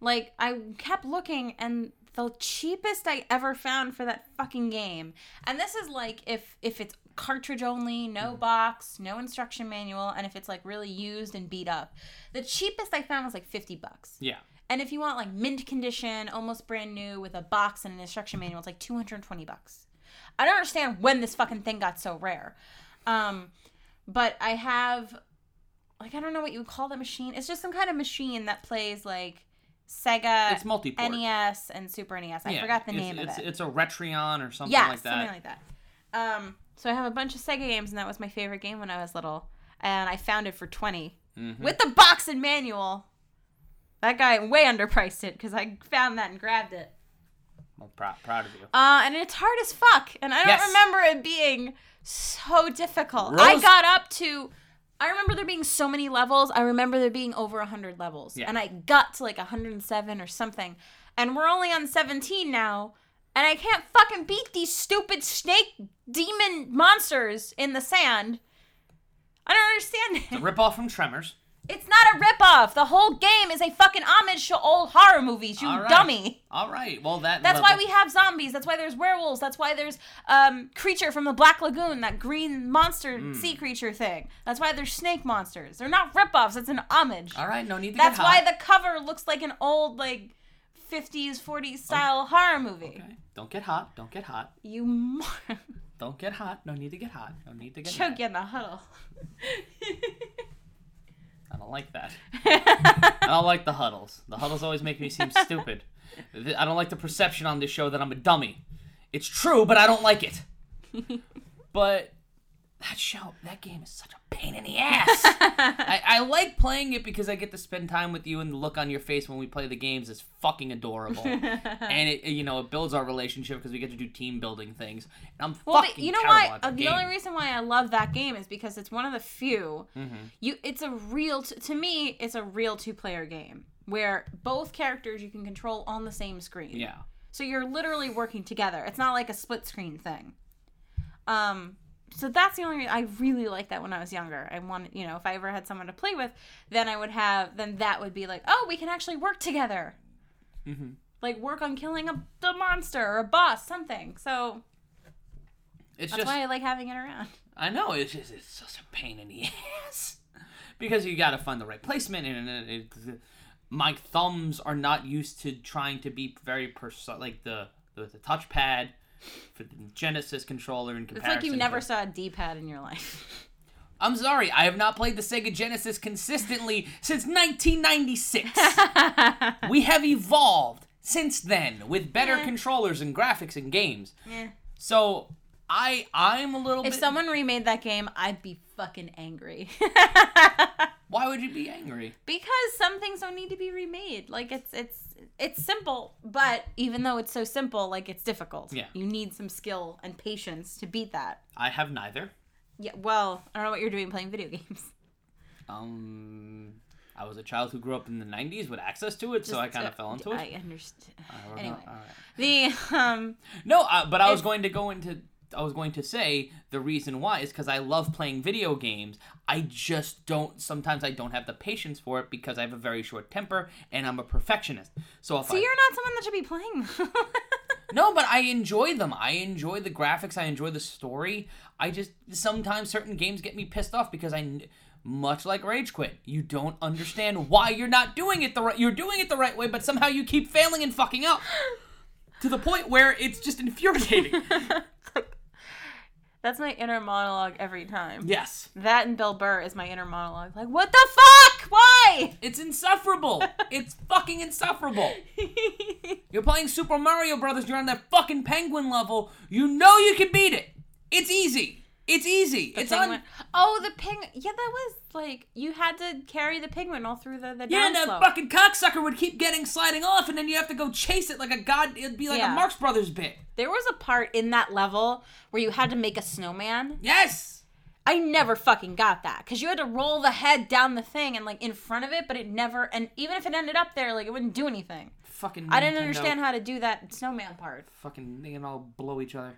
Speaker 2: Like I kept looking and the cheapest I ever found for that fucking game. And this is like if if it's cartridge only, no box, no instruction manual, and if it's like really used and beat up. The cheapest I found was like 50 bucks.
Speaker 1: Yeah.
Speaker 2: And if you want like mint condition, almost brand new with a box and an instruction manual, it's like 220 bucks. I don't understand when this fucking thing got so rare. Um but I have like I don't know what you would call that machine. It's just some kind of machine that plays like Sega
Speaker 1: It's multi-port.
Speaker 2: NES and Super NES. I
Speaker 1: Yeah,
Speaker 2: forgot the
Speaker 1: it's,
Speaker 2: name
Speaker 1: it's,
Speaker 2: of it.
Speaker 1: It's a Retreon or something
Speaker 2: yeah,
Speaker 1: like that.
Speaker 2: something like that. Um so I have a bunch of Sega games and that was my favorite game when I was little. And I found it for 20
Speaker 1: Mhm.
Speaker 2: with the box and manual. That guy way underpriced it because I found that and grabbed it.
Speaker 1: I'm prou- proud of you.
Speaker 2: Uh, and it's hard as fuck. And I don't
Speaker 1: Yes.
Speaker 2: remember it being so difficult. I
Speaker 1: Rose-
Speaker 2: got up to I remember there being so many levels. I remember there being over 100 levels.
Speaker 1: Yeah.
Speaker 2: And I got to like 107 or something. And we're only on 17 now. And I can't fucking beat these stupid snake demon monsters in the sand. I don't understand it.
Speaker 1: Rip off from Tremors.
Speaker 2: It's not a ripoff. The whole game is a fucking homage to old horror movies, you
Speaker 1: All right.
Speaker 2: dummy.
Speaker 1: All right. Well, that.
Speaker 2: That's
Speaker 1: level-
Speaker 2: why we have zombies. That's why there's werewolves. That's why there's um, creature from the Black Lagoon, that green monster
Speaker 1: Mm.
Speaker 2: sea creature thing. That's why there's snake monsters. They're not ripoffs. It's an homage.
Speaker 1: All right. No need to
Speaker 2: That's
Speaker 1: get
Speaker 2: why
Speaker 1: hot.
Speaker 2: the cover looks like an old like 50s, 40s style horror movie.
Speaker 1: Oh. Okay. Don't get hot. Don't get hot.
Speaker 2: You mar-
Speaker 1: Don't get hot. No need to get hot. No need to get
Speaker 2: choke
Speaker 1: hot.
Speaker 2: you in the huddle.
Speaker 1: I don't like that. I don't like the huddles. The huddles always make me seem stupid. Th- I don't like the perception on this show that I'm a dummy. It's true, but I don't like it. but that show, that game is such a pain in the ass. I, I like playing it because I get to spend time with you, and the look on your face when we play the games is fucking adorable. and it, you know, it builds our relationship because we get to do team building things. And I'm
Speaker 2: Well, the,
Speaker 1: fucking
Speaker 2: you know
Speaker 1: terrible
Speaker 2: why?
Speaker 1: at
Speaker 2: uh,
Speaker 1: that
Speaker 2: The
Speaker 1: game.
Speaker 2: only reason why I love that game is because it's one of the few.
Speaker 1: Mm-hmm.
Speaker 2: You, it's a real t- to me. It's a real two-player game where both characters you can control on the same screen.
Speaker 1: yeah.
Speaker 2: So you're literally working together. It's not like a split screen thing. Um. So that's the only reason I really liked that when I was younger. I wanted, you know, if I ever had someone to play with, then I would have, then that would be like, oh, we can actually work together.
Speaker 1: Mm-hmm.
Speaker 2: Like work on killing a the monster or a boss, something. So
Speaker 1: It's
Speaker 2: that's
Speaker 1: just
Speaker 2: why I like having it around.
Speaker 1: I know it's just it's such a pain in the ass because you got to find the right placement and it, it, it- my thumbs are not used to trying to be very precise like the the, the touchpad for the Genesis controller in
Speaker 2: It's
Speaker 1: comparison.
Speaker 2: like you never
Speaker 1: to-
Speaker 2: saw a D-pad in your life.
Speaker 1: I'm sorry, I have not played the Sega Genesis consistently since 1996. we have evolved since then with better controllers and graphics and games. So I I'm a little
Speaker 2: If
Speaker 1: bit.
Speaker 2: someone remade that game, I'd be fucking angry.
Speaker 1: why would you be angry?
Speaker 2: because some things don't need to be remade. Like it's it's it's simple, but even though it's so simple, like it's difficult.
Speaker 1: Yeah.
Speaker 2: You need some skill and patience to beat that.
Speaker 1: I have neither.
Speaker 2: Yeah, well, I don't know what you're doing playing video games.
Speaker 1: Um, I was a child who grew up in the '90s with access to it, so I kind of fell into it.
Speaker 2: I understand.
Speaker 1: I don't know.
Speaker 2: Anyway,
Speaker 1: All right.
Speaker 2: the um
Speaker 1: No, uh, but I was going to go into. I was going to say the reason why is because I love playing video games. I just don't. Sometimes I don't have the patience for it because I have a very short temper and I'm a perfectionist. So if
Speaker 2: so
Speaker 1: I
Speaker 2: you're not someone that should be playing.
Speaker 1: no, but I enjoy them. I enjoy the graphics. I enjoy the story. I just sometimes certain games get me pissed off because I, kn- much like Rage Quit, you don't understand why you're not doing it the right. You're doing it the right way, but somehow you keep failing and fucking up. To the point where it's just infuriating.
Speaker 2: That's my inner monologue every time.
Speaker 1: yes,
Speaker 2: That and Bill Burr is my inner monologue. Like, what the fuck? Why?
Speaker 1: it's insufferable. It's fucking insufferable. You're playing Super Mario Brothers. You're on that fucking penguin level. You know you can beat it. It's easy. It's easy. it's on.
Speaker 2: Penguin- Oh, the ping. Yeah, that was like you had to carry the penguin all through the the
Speaker 1: Yeah,
Speaker 2: down
Speaker 1: and that
Speaker 2: slope.
Speaker 1: fucking cocksucker would keep getting sliding off, and then you have to go chase it like a god. It'd be like
Speaker 2: Yeah.
Speaker 1: a Marx Brothers bit.
Speaker 2: There was a part in that level where you had to make a snowman.
Speaker 1: Yes.
Speaker 2: I never fucking got that because you had to roll the head down the thing and like in front of it, but it never. And even if it ended up there, like it wouldn't do anything.
Speaker 1: Fucking.
Speaker 2: I didn't
Speaker 1: Nintendo.
Speaker 2: understand how to do that snowman part.
Speaker 1: Fucking, they can all blow each other.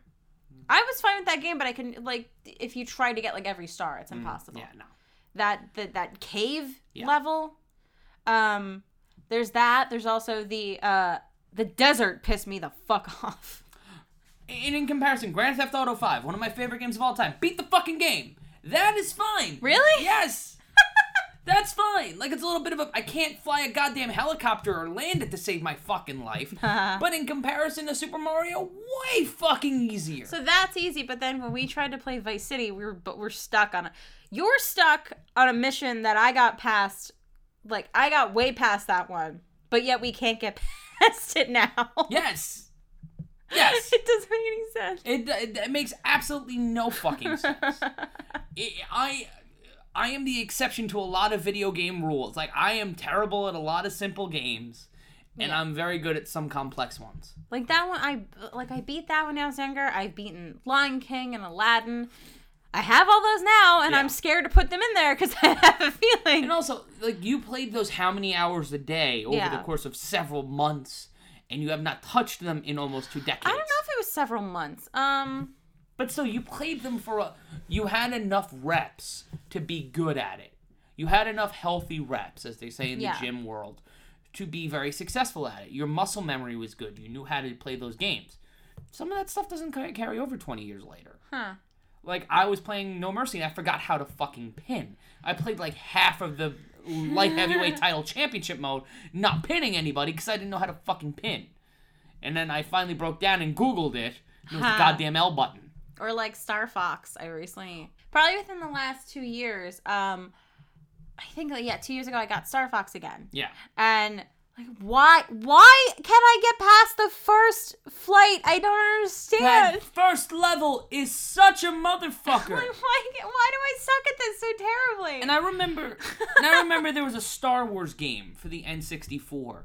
Speaker 2: I was fine with that game, but I couldn't like if you try to get like every star, it's impossible.
Speaker 1: Mm, Yeah, no.
Speaker 2: that that that cave
Speaker 1: Yeah.
Speaker 2: level. Um, there's that. There's also the uh the desert pissed me the fuck off.
Speaker 1: And in comparison, Grand Theft Auto 5, one of my favorite games of all time, beat the fucking game. That is fine.
Speaker 2: Really?
Speaker 1: Yes. That's fine. Like it's a little bit of a I can't fly a goddamn helicopter or land it to save my fucking life.
Speaker 2: Uh-huh.
Speaker 1: but in comparison to Super Mario, way fucking easier.
Speaker 2: So that's easy. But then when we tried to play Vice City, we were but we're stuck on a. You're stuck on a mission that I got past. Like I got way past that one, but yet we can't get past it now.
Speaker 1: yes. Yes.
Speaker 2: It doesn't make any sense.
Speaker 1: It, it, it makes absolutely no fucking sense. I I I am the exception to a lot of video game rules. Like I am terrible at a lot of simple games, and I'm very good at some complex ones.
Speaker 2: Like that one, I like I beat that when I was younger. I've beaten Lion King and Aladdin. I have all those now, and
Speaker 1: Yeah.
Speaker 2: I'm scared to put them in there because I have a feeling.
Speaker 1: And also, like you played those how many hours a day over
Speaker 2: Yeah.
Speaker 1: the course of several months, and you have not touched them in almost two decades.
Speaker 2: I don't know if it was several months. Um,
Speaker 1: But still, you played them for a. You had enough reps to be good at it. You had enough healthy reps, as they say in
Speaker 2: Yeah.
Speaker 1: the gym world, to be very successful at it. Your muscle memory was good. You knew how to play those games. Some of that stuff doesn't ca- carry over 20 years later.
Speaker 2: huh.
Speaker 1: Like, I was playing No Mercy and I forgot how to fucking pin. I played like half of the light heavyweight title championship mode, not pinning anybody because I didn't know how to fucking pin. And then I finally broke down and Googled it. And it was the
Speaker 2: Huh.
Speaker 1: goddamn L button.
Speaker 2: Or like Star Fox, I recently, probably within the last two years, um, I think, yeah, two years ago, I got Star Fox again.
Speaker 1: Yeah.
Speaker 2: and like why why can i get past the first flight i don't understand
Speaker 1: That first level is such a
Speaker 2: I'm
Speaker 1: motherfucker.
Speaker 2: like why why do i suck at this so terribly
Speaker 1: And I remember, and I remember there was a Star Wars game for the N64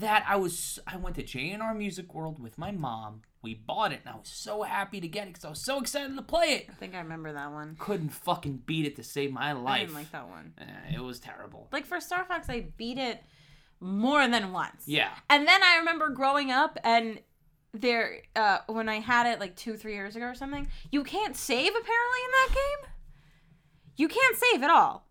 Speaker 1: that I was. I went to J&R Music World with my mom. We bought it, and I was so happy to get it because I was so excited to play it.
Speaker 2: I think i remember that one
Speaker 1: Couldn't fucking beat it to save my
Speaker 2: i
Speaker 1: life.
Speaker 2: didn't like that one
Speaker 1: Eh, it was terrible.
Speaker 2: like for star fox i beat it more than once
Speaker 1: Yeah.
Speaker 2: and then i remember growing up and there uh when i had it like two three years ago or something you can't save apparently in that game you can't save at all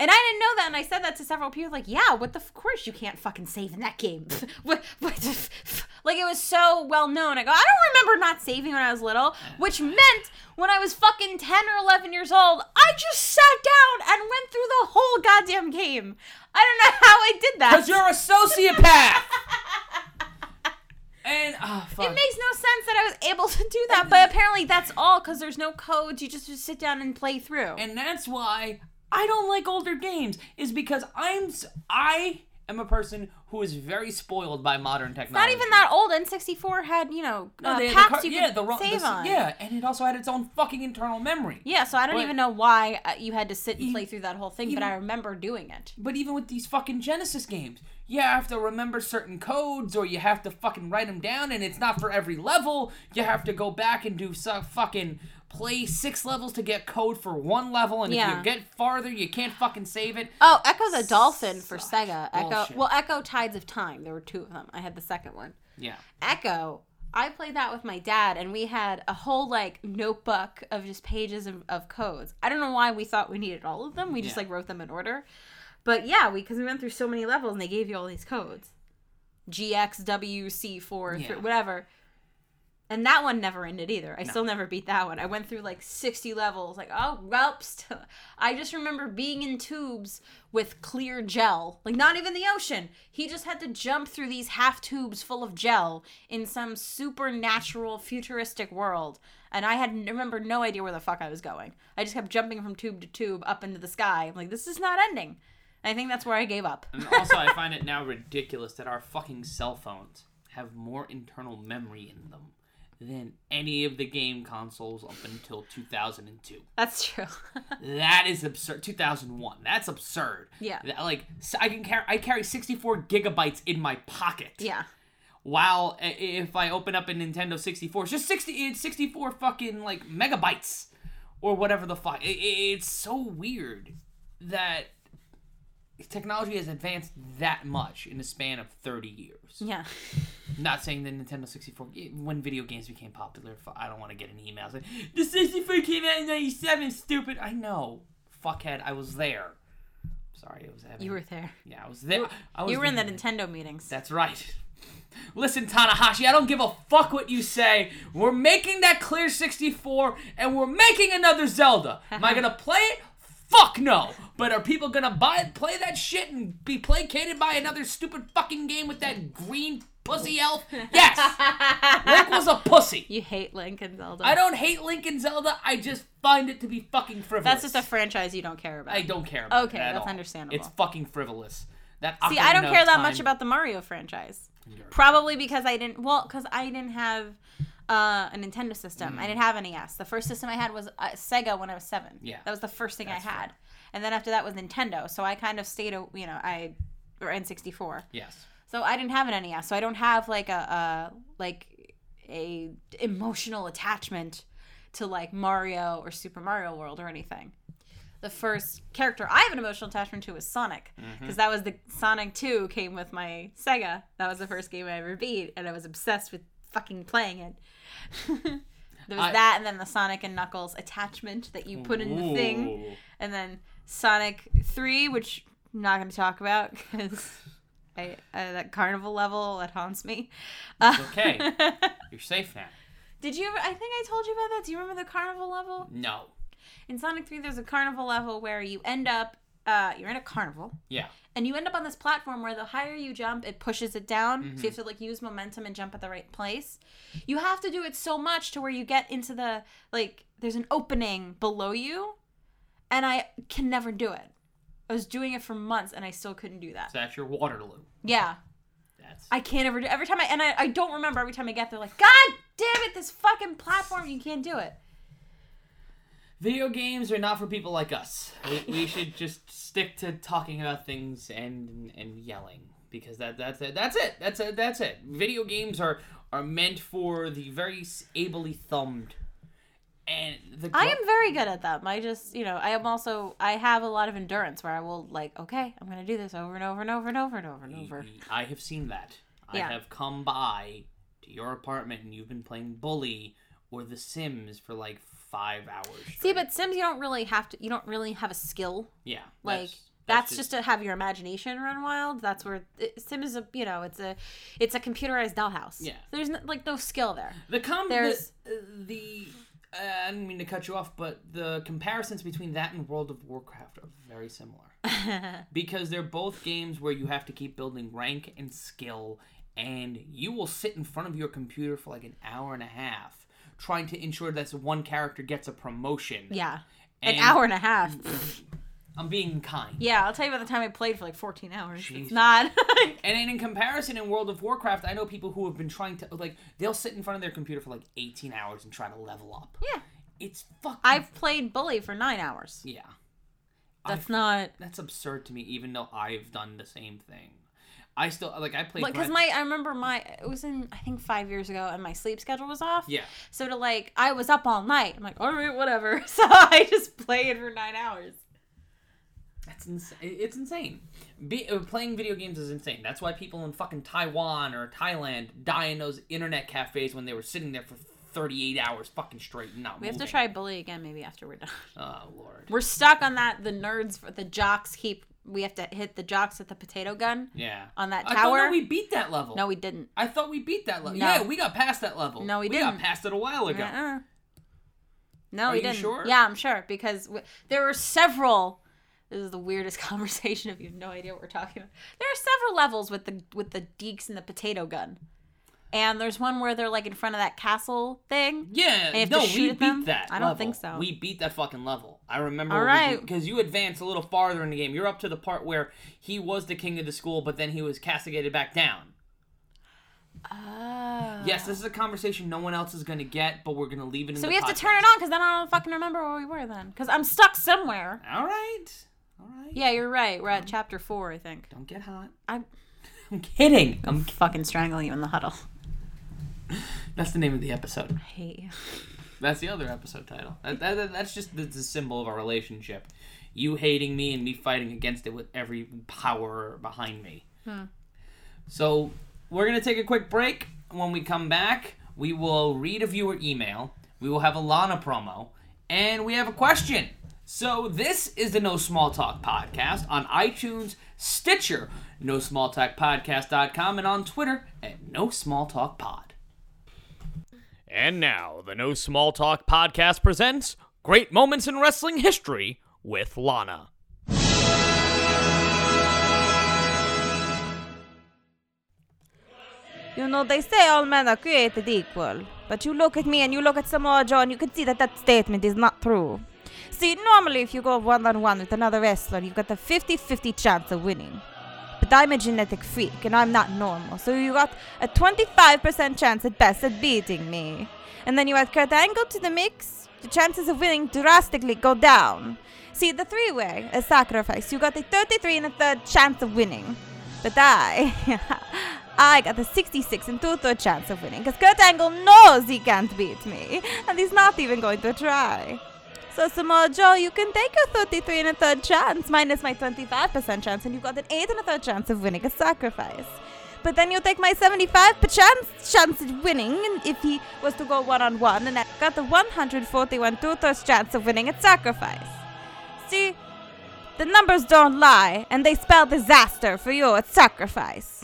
Speaker 2: and i didn't know that and i said that to several people like yeah what the f- of course you can't fucking save in that game what, what the f- like it was so well known i go i don't remember not saving when i was little which meant when i was fucking 10 or 11 years old i just sat down and went through the whole goddamn game i don't know how i did that
Speaker 1: Cause you're a sociopath. and ah fuck.
Speaker 2: It makes no sense that I was able to do that, but apparently that's all because there's no codes. You just, just sit down and play through.
Speaker 1: and that's why I don't like older games is because I'm s- I am a person who is very spoiled by modern
Speaker 2: Not
Speaker 1: technology.
Speaker 2: even that old. N64 had, you know,
Speaker 1: No,
Speaker 2: uh,
Speaker 1: they had
Speaker 2: packs
Speaker 1: car-
Speaker 2: you
Speaker 1: yeah,
Speaker 2: could
Speaker 1: the ro- the
Speaker 2: save
Speaker 1: s-
Speaker 2: on.
Speaker 1: Yeah, and it also had its own fucking internal memory.
Speaker 2: Yeah, so I don't
Speaker 1: But-
Speaker 2: even know why uh, you had to sit and play
Speaker 1: Even-
Speaker 2: through that whole thing,
Speaker 1: even-
Speaker 2: but I remember doing it.
Speaker 1: But even with these fucking Genesis games, you have to remember certain codes or you have to fucking write them down and it's not for every level. You have to go back and do so fucking play six levels to get code for one level and if
Speaker 2: Yeah.
Speaker 1: you get farther, you can't fucking save it.
Speaker 2: Oh, Echo the Dolphin for
Speaker 1: Such
Speaker 2: Sega. Echo,
Speaker 1: bullshit.
Speaker 2: well, Echo Tides of Time. There were two of them. I had the second one.
Speaker 1: Yeah.
Speaker 2: Echo, I played that with my dad, and we had a whole like notebook of just pages of, of codes. I don't know why we thought we needed all of them. We just
Speaker 1: Yeah.
Speaker 2: like wrote them in order. But yeah, we because we went through so many levels, and they gave you all these codes, GXWC four,
Speaker 1: Yeah.
Speaker 2: whatever. And that one never ended either. I still never beat that one. I went through like 60 levels. Like, oh, well, still. I just remember being in tubes with clear gel. Like, not even the ocean. He just had to jump through these half tubes full of gel in some supernatural, futuristic world. And I had, n- remember, no idea where the fuck I was going. I just kept jumping from tube to tube up into the sky. I'm like, this is not ending. I think that's where I gave up.
Speaker 1: And also, I find it now ridiculous that our fucking cell phones have more internal memory in them than any of the game consoles up until 2002.
Speaker 2: That's true.
Speaker 1: That is absurd. 2001. That's absurd.
Speaker 2: Yeah.
Speaker 1: That- like s- I can carry I carry 64 gigabytes in my pocket.
Speaker 2: yeah.
Speaker 1: While i- if I open up a Nintendo 64, it's just 60 it's 64 fucking like megabytes or whatever the fuck. I- I- it's so weird that technology has advanced that much in the span of 30 years.
Speaker 2: Yeah.
Speaker 1: Not saying that Nintendo 64, when video games became popular, fu- I don't want to get an email saying, the 64 came out in 97, stupid. I know. Fuckhead, I was there. Sorry, it was having,
Speaker 2: You were there.
Speaker 1: Yeah, I was there. I was
Speaker 2: You were in the
Speaker 1: there.
Speaker 2: Nintendo meetings.
Speaker 1: That's right. Listen, Tanahashi, I don't give a fuck what you say. We're making that clear 64, and we're making another Zelda. Am I gonna play it? Fuck no. But are people gonna buy it, play that shit, and be placated by another stupid fucking game with that green pussy elf? Yes. Link was a pussy.
Speaker 2: You hate Link and Zelda.
Speaker 1: I don't hate Link and Zelda. I just find it to be fucking frivolous.
Speaker 2: That's just a franchise you don't care about.
Speaker 1: I don't care. About
Speaker 2: Okay,
Speaker 1: it at
Speaker 2: that's
Speaker 1: all.
Speaker 2: understandable.
Speaker 1: It's fucking frivolous. That
Speaker 2: See, I
Speaker 1: Ocarina
Speaker 2: don't care
Speaker 1: of
Speaker 2: that
Speaker 1: Time-
Speaker 2: much about the Mario franchise.
Speaker 1: You're-
Speaker 2: Probably because I didn't. Well, because I didn't have uh, a Nintendo system.
Speaker 1: Mm.
Speaker 2: I didn't have an NES. The first system I had was uh, Sega when I was seven.
Speaker 1: Yeah.
Speaker 2: that was the first thing
Speaker 1: That's
Speaker 2: I had. And then after that was Nintendo. So I kind of stayed. a- You know, I or N sixty four.
Speaker 1: Yes.
Speaker 2: So I didn't have an NES. So I don't have like a, a like a emotional attachment to like Mario or Super Mario World or anything. The first character I have an emotional attachment to is Sonic
Speaker 1: Mm-hmm.
Speaker 2: because that was the Sonic 2 came with my Sega. That was the first game I ever beat and I was obsessed with fucking playing it. there was
Speaker 1: I-
Speaker 2: that and then the Sonic and Knuckles attachment that you put in the thing
Speaker 1: Ooh.
Speaker 2: and then Sonic Three, which I'm not going to talk about because I, I that carnival level that haunts me. Uh,
Speaker 1: okay. You're safe now.
Speaker 2: Did you? Ever, I think I told you about that. Do you remember the carnival level
Speaker 1: No.
Speaker 2: in Sonic Three? There's a carnival level where you end up. Uh, you're in a carnival.
Speaker 1: Yeah.
Speaker 2: And you end up on this platform where the higher you jump, it pushes it down. So you have to like use momentum and jump at the right place. You have to do it so much to where you get into the like there's an opening below you, and I can never do it. I was doing it for months and I still couldn't do that.
Speaker 1: So that's your Waterloo.
Speaker 2: Yeah.
Speaker 1: That's
Speaker 2: I can't ever do every time I and I, I don't remember every time I get there like, God damn it, this fucking platform, you can't do it.
Speaker 1: Video games are not for people like us. We, we should just stick to talking about things and and yelling because that that's it. That's it. That's it. That's it. Video games are are meant for the very s- ably thumbed. And the
Speaker 2: I am very good at them. I just, you know, I am also I have a lot of endurance where I will like, okay, I'm gonna do this over and over and over and over and over and over.
Speaker 1: E I have seen that.
Speaker 2: Yeah.
Speaker 1: I have come by to your apartment and you've been playing Bully or The Sims for like five hours.
Speaker 2: See,
Speaker 1: straight.
Speaker 2: but Sims, you don't really have to. You don't really have a skill.
Speaker 1: yeah,
Speaker 2: Like that's, just, to have your imagination run wild. That's where it, Sim is a. You know, it's a, it's a computerized dollhouse.
Speaker 1: Yeah.
Speaker 2: There's no, like no skill there.
Speaker 1: The com
Speaker 2: There's-
Speaker 1: the, the uh, I didn't mean to cut you off, but the comparisons between that and World of Warcraft are very similar because they're both games where you have to keep building rank and skill, and you will sit in front of your computer for like an hour and a half trying to ensure that one character gets a promotion.
Speaker 2: Yeah.
Speaker 1: And-
Speaker 2: An hour and a half.
Speaker 1: I'm being kind.
Speaker 2: yeah, I'll tell you about the time I played for like 14 hours.
Speaker 1: Jesus.
Speaker 2: It's not.
Speaker 1: And then in comparison, in World of Warcraft, I know people who have been trying to like they'll sit in front of their computer for like 18 hours and try to level up.
Speaker 2: yeah.
Speaker 1: It's fucking
Speaker 2: I've played Bully for nine hours.
Speaker 1: yeah.
Speaker 2: That's not.
Speaker 1: that's absurd to me even though i've done the same thing i still like i played
Speaker 2: Because
Speaker 1: Grand-
Speaker 2: my, I remember my, it was in, I think five years ago, and my sleep schedule was off.
Speaker 1: yeah
Speaker 2: So to like, I was up all night. I'm like, all right, whatever. So I just played for nine hours.
Speaker 1: that's insane it's insane Be- uh, playing video games is insane that's why people in fucking taiwan or thailand die in those internet cafes when they were sitting there for 38 hours fucking straight and not
Speaker 2: We have to
Speaker 1: moving.
Speaker 2: try bully again maybe after we're done.
Speaker 1: oh lord
Speaker 2: We're stuck on that. The nerds, for the jocks keep. We have to hit the jocks at the potato gun
Speaker 1: yeah
Speaker 2: on that
Speaker 1: i thought
Speaker 2: Uh, tower.
Speaker 1: no, we beat that level
Speaker 2: no, we didn't.
Speaker 1: i thought we beat that level
Speaker 2: No.
Speaker 1: yeah we got past that level
Speaker 2: No, we
Speaker 1: got
Speaker 2: didn't.
Speaker 1: past it a while ago
Speaker 2: Uh-uh. No,
Speaker 1: Are
Speaker 2: we
Speaker 1: you
Speaker 2: didn't.
Speaker 1: sure?
Speaker 2: Yeah, I'm sure because w there were several. This is the weirdest conversation. If you have no idea what we're talking about, there are several levels with the with the deeks and the potato gun, and there's one where they're like in front of that castle thing.
Speaker 1: Yeah,
Speaker 2: you have to
Speaker 1: no,
Speaker 2: shoot
Speaker 1: we
Speaker 2: at
Speaker 1: beat
Speaker 2: them?
Speaker 1: that.
Speaker 2: I don't
Speaker 1: level.
Speaker 2: think so.
Speaker 1: We beat that fucking level. I remember.
Speaker 2: All right.
Speaker 1: because you advance a little farther in the game. You're up to the part where he was the king of the school, but then he was castigated back down.
Speaker 2: Oh.
Speaker 1: Yes, this is a conversation no one else is gonna get, but we're gonna leave it. in
Speaker 2: So
Speaker 1: the
Speaker 2: we have to
Speaker 1: podcast.
Speaker 2: turn it on because then I don't fucking remember where we were then. Because I'm stuck somewhere.
Speaker 1: All right, all right.
Speaker 2: Yeah, you're right. We're at chapter four, I think.
Speaker 1: Don't get hot.
Speaker 2: Um, I'm
Speaker 1: I'm kidding. I'm.
Speaker 2: fucking strangling you in the huddle.
Speaker 1: That's the name of the episode.
Speaker 2: I hate you.
Speaker 1: That's the other episode title. That, that, that- that's just the, the symbol of our relationship. You hating me and me fighting against it with every power behind me. So we're gonna take a quick break. When we come back, we will read a viewer email. We will have a Lana promo, and we have a question. So this is the No Small Talk podcast on iTunes, Stitcher, No Small Talk Podcast.com, and on Twitter at No Small Talk Pod. And now, the No Small Talk podcast presents Great Moments in Wrestling History with Lana.
Speaker 3: You know, they say all men are created equal. But you look at me and you look at Samoa Joe and you can see that that statement is not true. See, normally if you go one on one with another wrestler, you've got a 50 50 chance of winning. But I'm a genetic freak and I'm not normal, so you got a 25% chance at best at beating me. And then you add Kurt Angle to the mix, the chances of winning drastically go down. See, the three way, a sacrifice, you got a 33 and a third chance of winning. But I, I got a 66 and two third chance of winning because Kurt Angle knows he can't beat me, and he's not even going to try. So, Samoa Joe, you can take your 33 and a third chance, minus my 25% chance, and you've got an 8 and a third chance of winning a sacrifice. But then you'll take my 75 chance, chance of winning and if he was to go one on one, and I got the 141 two thirds chance of winning at sacrifice. See, the numbers don't lie, and they spell disaster for you at sacrifice.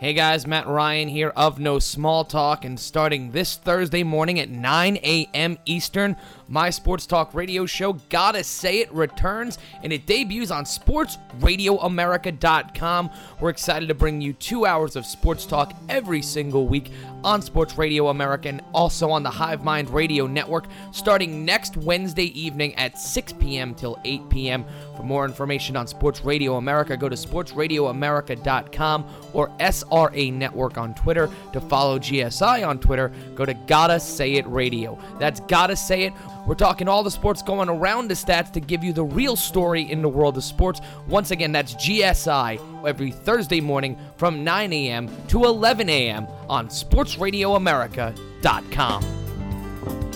Speaker 1: Hey guys, Matt Ryan here of No Small Talk, and starting this Thursday morning at 9 a.m. Eastern, my sports talk radio show, Gotta Say It, returns and it debuts on sportsradioamerica.com. We're excited to bring you two hours of sports talk every single week on Sports Radio America and also on the Hive Mind Radio Network starting next Wednesday evening at 6 p.m. till 8 p.m. For more information on Sports Radio America, go to sportsradioamerica.com or SRA Network on Twitter. To follow GSI on Twitter, go to Gotta Say It Radio. That's Gotta Say It. We're talking all the sports going around the stats to give you the real story in the world of sports. Once again, that's GSI every Thursday morning from 9 a.m. to 11 a.m. on sportsradioamerica.com.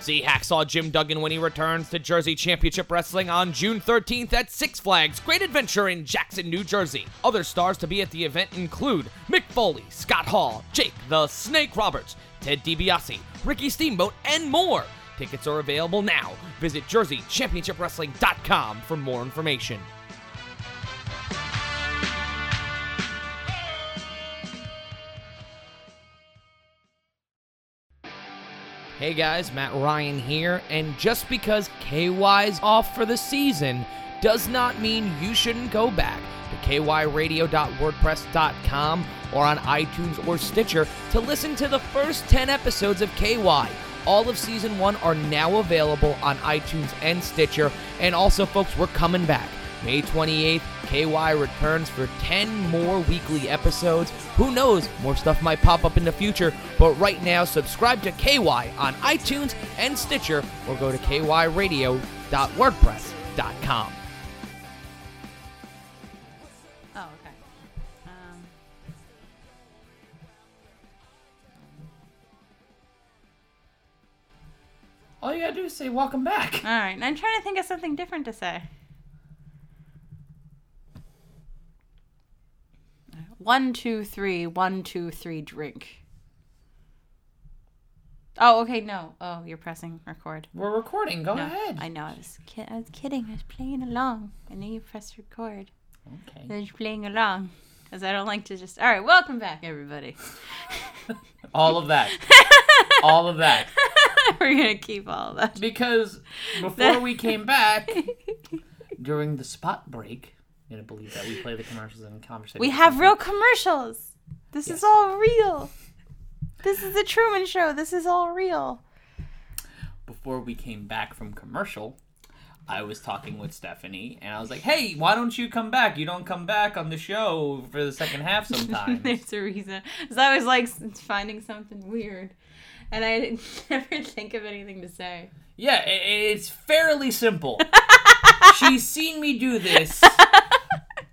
Speaker 1: See Hacksaw Jim Duggan when he returns to Jersey Championship Wrestling on June 13th at Six Flags Great Adventure in Jackson, New Jersey. Other stars to be at the event include Mick Foley, Scott Hall, Jake the Snake Roberts, Ted DiBiase, Ricky Steamboat, and more. Tickets are available now. Visit jerseychampionshipwrestling.com for more information. Hey guys, Matt Ryan here, and just because KY's off for the season does not mean you shouldn't go back to kyradio.wordpress.com or on iTunes or Stitcher to listen to the first 10 episodes of KY. All of season 1 are now available on iTunes and Stitcher, and also, folks, we're coming back. May 28th, KY returns for 10 more weekly episodes. Who knows, more stuff might pop up in the future, but right now, subscribe to KY on iTunes and Stitcher or go to kyradio.wordpress.com.
Speaker 2: Oh, okay. Um,
Speaker 1: All you gotta do is say, Welcome back.
Speaker 2: all right. I'm trying to think of something different to say. One, two, three, one, two, three, drink. Oh, okay, no. Oh, you're pressing record.
Speaker 1: We're recording, go
Speaker 2: No, I know. I was, ki- I was kidding. I was playing along. I knew you pressed record.
Speaker 1: Okay.
Speaker 2: I was playing along. Because I don't like to just. All right, welcome back, everybody.
Speaker 1: All of that. all of that.
Speaker 2: We're going to keep all that.
Speaker 1: Because before we came back, during the spot break, I'm gonna believe that we play the commercials and conversation.
Speaker 2: We have real commercials. This
Speaker 1: Yes.
Speaker 2: is all real. This is the Truman Show. This is all real.
Speaker 1: before we came back from commercial, I was talking with Stephanie and I was like, "Hey, why don't you come back? You don't come back on the show for the second half sometimes."
Speaker 2: There's a reason. Because I was like s- finding something weird. And I didn't never think of anything to say.
Speaker 1: yeah, i i- it's fairly simple. She's seen me do this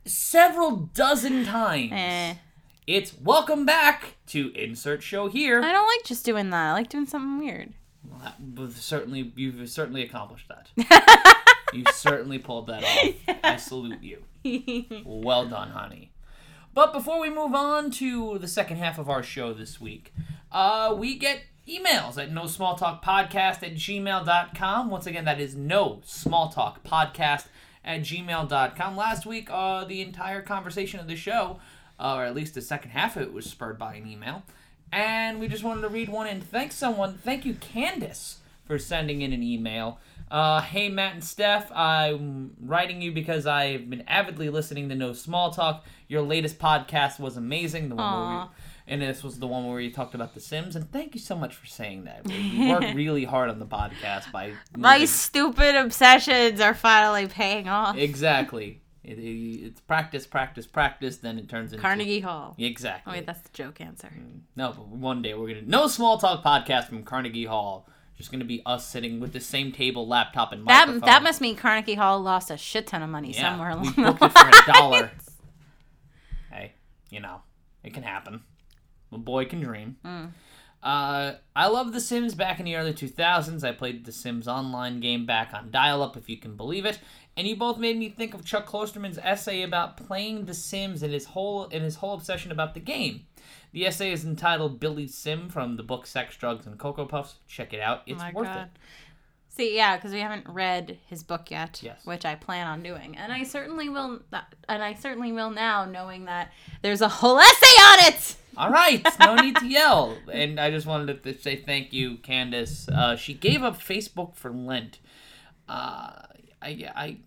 Speaker 1: several dozen times.
Speaker 2: Eh.
Speaker 1: It's welcome back to insert show here.
Speaker 2: I don't like just doing that. I like doing something weird.
Speaker 1: Well, that was Uh, certainly you've certainly accomplished that. you certainly pulled that off. I salute you. Well done, honey. But before we move on to the second half of our show this week, uh, we get emails at no small talk podcast at gmail.com. Once again, that is no small talk podcast at gmail.com. Last week, uh, the entire conversation of the show, uh, or at least the second half of it, was spurred by an email. And we just wanted to read one and thank someone. Thank you, Candace, for sending in an email. Uh, hey, Matt and Steph, I'm writing you because I've been avidly listening to No Small Talk. Your latest podcast was amazing. The one where we,
Speaker 2: Aw.
Speaker 1: and this was the one where you talked about The Sims. And thank you so much for saying that. We worked really hard on the podcast by
Speaker 2: My stupid obsessions are finally paying off.
Speaker 1: exactly It, it, it's practice, practice, practice. Then it turns into
Speaker 2: Carnegie Hall.
Speaker 1: Exactly.
Speaker 2: Oh wait, that's the joke answer.
Speaker 1: No, but one day we're gonna no small talk podcast from Carnegie Hall. Just gonna be us sitting with the same table, laptop, and
Speaker 2: That
Speaker 1: microphone.
Speaker 2: that must mean Carnegie Hall lost a shit ton of money
Speaker 1: Yeah,
Speaker 2: somewhere
Speaker 1: we
Speaker 2: along the
Speaker 1: booked it for a dollar. Hey, you know, it can happen. A boy can dream.
Speaker 2: Mm.
Speaker 1: Uh, I love The Sims back in the early 2000s. I played The Sims online game back on dial up, if you can believe it. And you both made me think of Chuck Klosterman's essay about playing The Sims and his whole and his whole obsession about the game. The essay is entitled Billy Sim from the book Sex, Drugs, and Cocoa Puffs. Check it out. It's
Speaker 2: Oh my
Speaker 1: worth
Speaker 2: God.
Speaker 1: it.
Speaker 2: See, yeah, because we haven't read his book yet,
Speaker 1: Yes.
Speaker 2: which I plan on doing, and I certainly will. uh, And I certainly will now, knowing that there's a whole essay on it.
Speaker 1: All right, no need to yell. And I just wanted to say thank you, Candace. Uh, she gave up Facebook for Lent. Uh, I, I,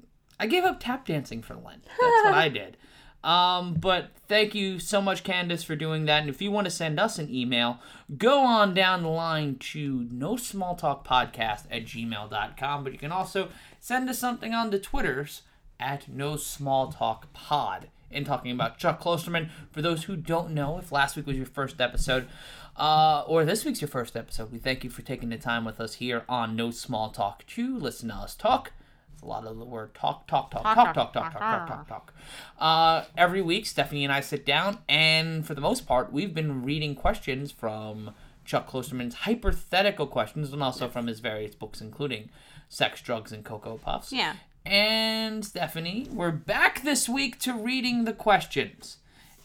Speaker 1: I gave up tap dancing for Lent. That's what I did. Um, but thank you so much, Candace, for doing that. And if you want to send us an email, go on down the line to no small talk podcast at gmail.com. But you can also send us something on the Twitters at no small talk pod and talking about Chuck Klosterman. For those who don't know, if last week was your first episode, uh, or this week's your first episode, we thank you for taking the time with us here on No Small Talk to listen to us talk. It's a lot of the word talk, talk, talk, talk, talk, talk, talk, talk, talk, talk. Uh, every week, Stephanie and I sit down, and for the most part, we've been reading questions from Chuck Klosterman's hypothetical questions and also from his various books, including Sex, Drugs, and Cocoa Puffs.
Speaker 2: Yeah.
Speaker 1: And Stephanie, we're back this week to reading the questions.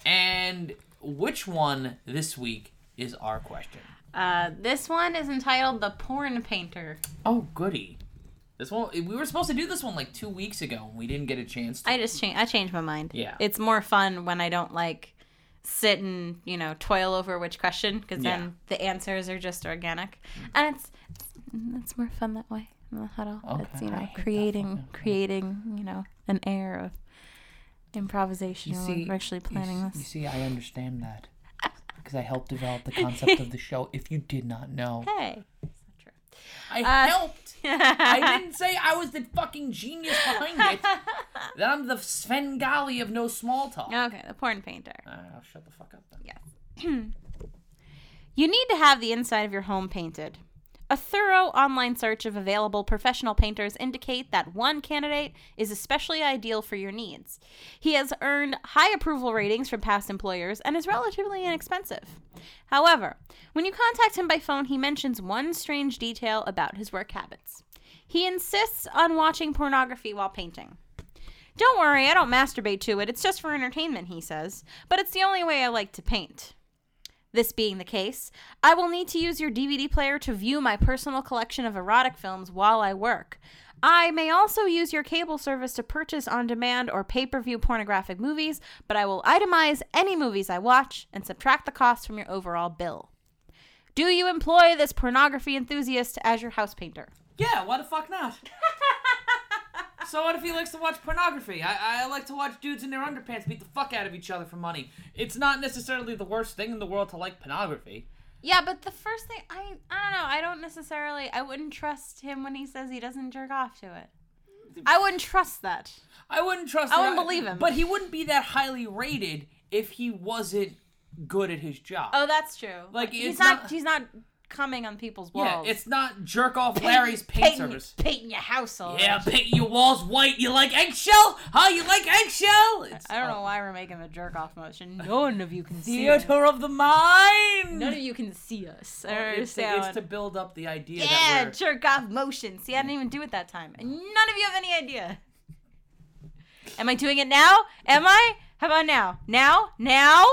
Speaker 1: And which one this week is our question?
Speaker 2: Uh, this one is entitled "The Porn Painter."
Speaker 1: Oh, goody. This one, we were supposed to do this one like two weeks ago, and we didn't get a chance to.
Speaker 2: I just change. I changed my mind.
Speaker 1: Yeah.
Speaker 2: It's more fun when I don't like sit and you know toil over which question because
Speaker 1: Yeah. Mm.
Speaker 2: then the answers are just organic and it's it's more fun that way in the huddle it's you
Speaker 1: Okay. I
Speaker 2: know
Speaker 1: hate that
Speaker 2: creating creating you know an air of improvisation while we're actually planning
Speaker 1: you, s-
Speaker 2: this
Speaker 1: You see, I understand that. Because I helped develop the concept of the show, if you did not know.
Speaker 2: hey
Speaker 1: I
Speaker 2: Uh,
Speaker 1: helped! I didn't say I was the fucking genius behind it. That I'm the Svengali of no small talk.
Speaker 2: okay the porn painter
Speaker 1: Alright, I'll shut the fuck up then.
Speaker 2: You need to have the inside of your home painted. A thorough online search of available professional painters indicate that one candidate is especially ideal for your needs. He has earned high approval ratings from past employers and is relatively inexpensive. However, when you contact him by phone, he mentions one strange detail about his work habits. He insists on watching pornography while painting. Don't worry, I don't masturbate to it. It's just for entertainment, he says, but it's the only way I like to paint. This being the case, I will need to use your DVD player to view my personal collection of erotic films while I work. I may also use your cable service to purchase on demand or pay per view pornographic movies, but I will itemize any movies I watch and subtract the cost from your overall bill. Do you employ this pornography enthusiast as your house painter?
Speaker 1: Yeah, why the fuck not? so what if he likes to watch pornography? I, I like to watch dudes in their underpants beat the fuck out of each other for money. It's not necessarily the worst thing in the world to like pornography.
Speaker 2: Yeah, but the first thing I I don't know, I don't necessarily I wouldn't trust him when he says he doesn't jerk off to it. I wouldn't trust that.
Speaker 1: I wouldn't trust.
Speaker 2: I
Speaker 1: it.
Speaker 2: wouldn't believe him.
Speaker 1: But he wouldn't be that highly rated if he wasn't good at his job.
Speaker 2: Oh, that's true.
Speaker 1: Like,
Speaker 2: he's
Speaker 1: it's
Speaker 2: not,
Speaker 1: not-
Speaker 2: he's not coming on people's
Speaker 1: yeah,
Speaker 2: walls.
Speaker 1: it's not jerk off Larry's paint,
Speaker 2: painting,
Speaker 1: service.
Speaker 2: Painting your house all.
Speaker 1: Yeah, paint your walls white. You like eggshell? Huh? You like eggshell? It's
Speaker 2: I don't know why we're making the jerk off motion. None of you can see us.
Speaker 1: theater of the mind.
Speaker 2: None of you can see us. I don't
Speaker 1: Oh, it's, to,
Speaker 2: understand.
Speaker 1: it's to build up the idea that
Speaker 2: yeah,
Speaker 1: we're
Speaker 2: jerk off motion. See, I didn't even do it that time. And none of you have any idea. Am I doing it now? Am I? How about now? Now? Now?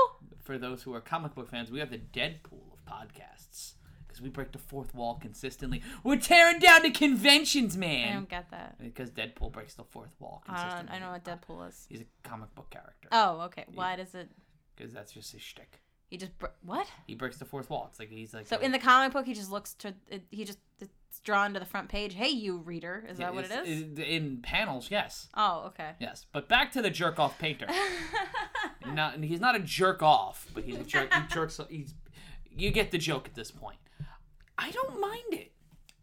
Speaker 1: for those who are comic book fans, we have the Deadpool of podcasts because we break the fourth wall consistently. We're tearing down the conventions,
Speaker 2: I
Speaker 1: man.
Speaker 2: don't get that.
Speaker 1: Because Deadpool breaks the fourth wall
Speaker 2: I
Speaker 1: consistently.
Speaker 2: don't, I know what Deadpool is.
Speaker 1: He's a comic book character
Speaker 2: Oh, okay. Why does it?
Speaker 1: because that's just his shtick.
Speaker 2: He just br- what?
Speaker 1: He breaks the fourth wall. It's like he's like
Speaker 2: So
Speaker 1: a-
Speaker 2: in the comic book, he just looks to it, he just it's drawn to the front page. Hey, you reader, is that what it
Speaker 1: it's-
Speaker 2: is?
Speaker 1: it- in panels. Yes,
Speaker 2: oh, okay.
Speaker 1: yes. But back to the jerk off painter. not he's not a jerk off, but he's a jerk. He jerks. He's you get the joke at this point. I don't mind it.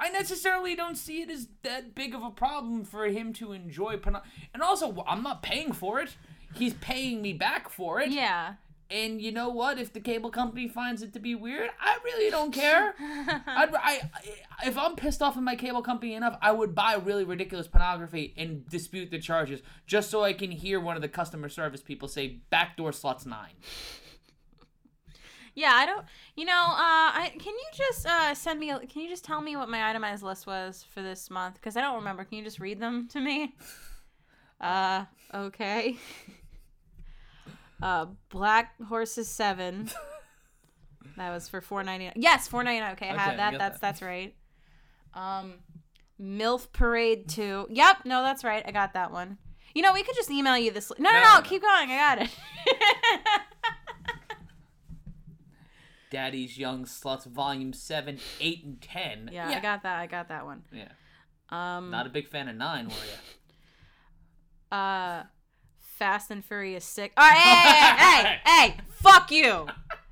Speaker 1: I I necessarily don't see it as that big of a problem for him to enjoy porno. And also, I'm not paying for it. He's paying me back for it.
Speaker 2: Yeah.
Speaker 1: And you know what? If the cable company finds it to be weird, I really don't care. I'd, I, I- if I'm pissed off at my cable company enough, I would buy really ridiculous pornography and dispute the charges just so I can hear one of the customer service people say backdoor slots nine.
Speaker 2: Yeah, I don't. You know, uh, I can you just uh, send me? A, can you just tell me what my itemized list was for this month? Because I don't remember. Can you just read them to me? Uh, okay. uh, Black Horses Seven. that was for four ninety nine. Yes, four ninety nine. Okay, I
Speaker 1: Okay, I
Speaker 2: have that.
Speaker 1: got
Speaker 2: That's
Speaker 1: that.
Speaker 2: that's right. Um, Milf Parade Two. Yep, no, that's right. I got that one. You know, we could just email you this. Li- no, no,
Speaker 1: No,
Speaker 2: no,
Speaker 1: no, no.
Speaker 2: keep going. I got it.
Speaker 1: Daddy's Young Sluts Volume 7, 8, and 10.
Speaker 2: yeah, I got that. I got that one.
Speaker 1: Yeah.
Speaker 2: Um,
Speaker 1: Not a big fan of 9, were you?
Speaker 2: uh Fast and Furious 6. Oh, hey, hey, hey, hey, fuck you.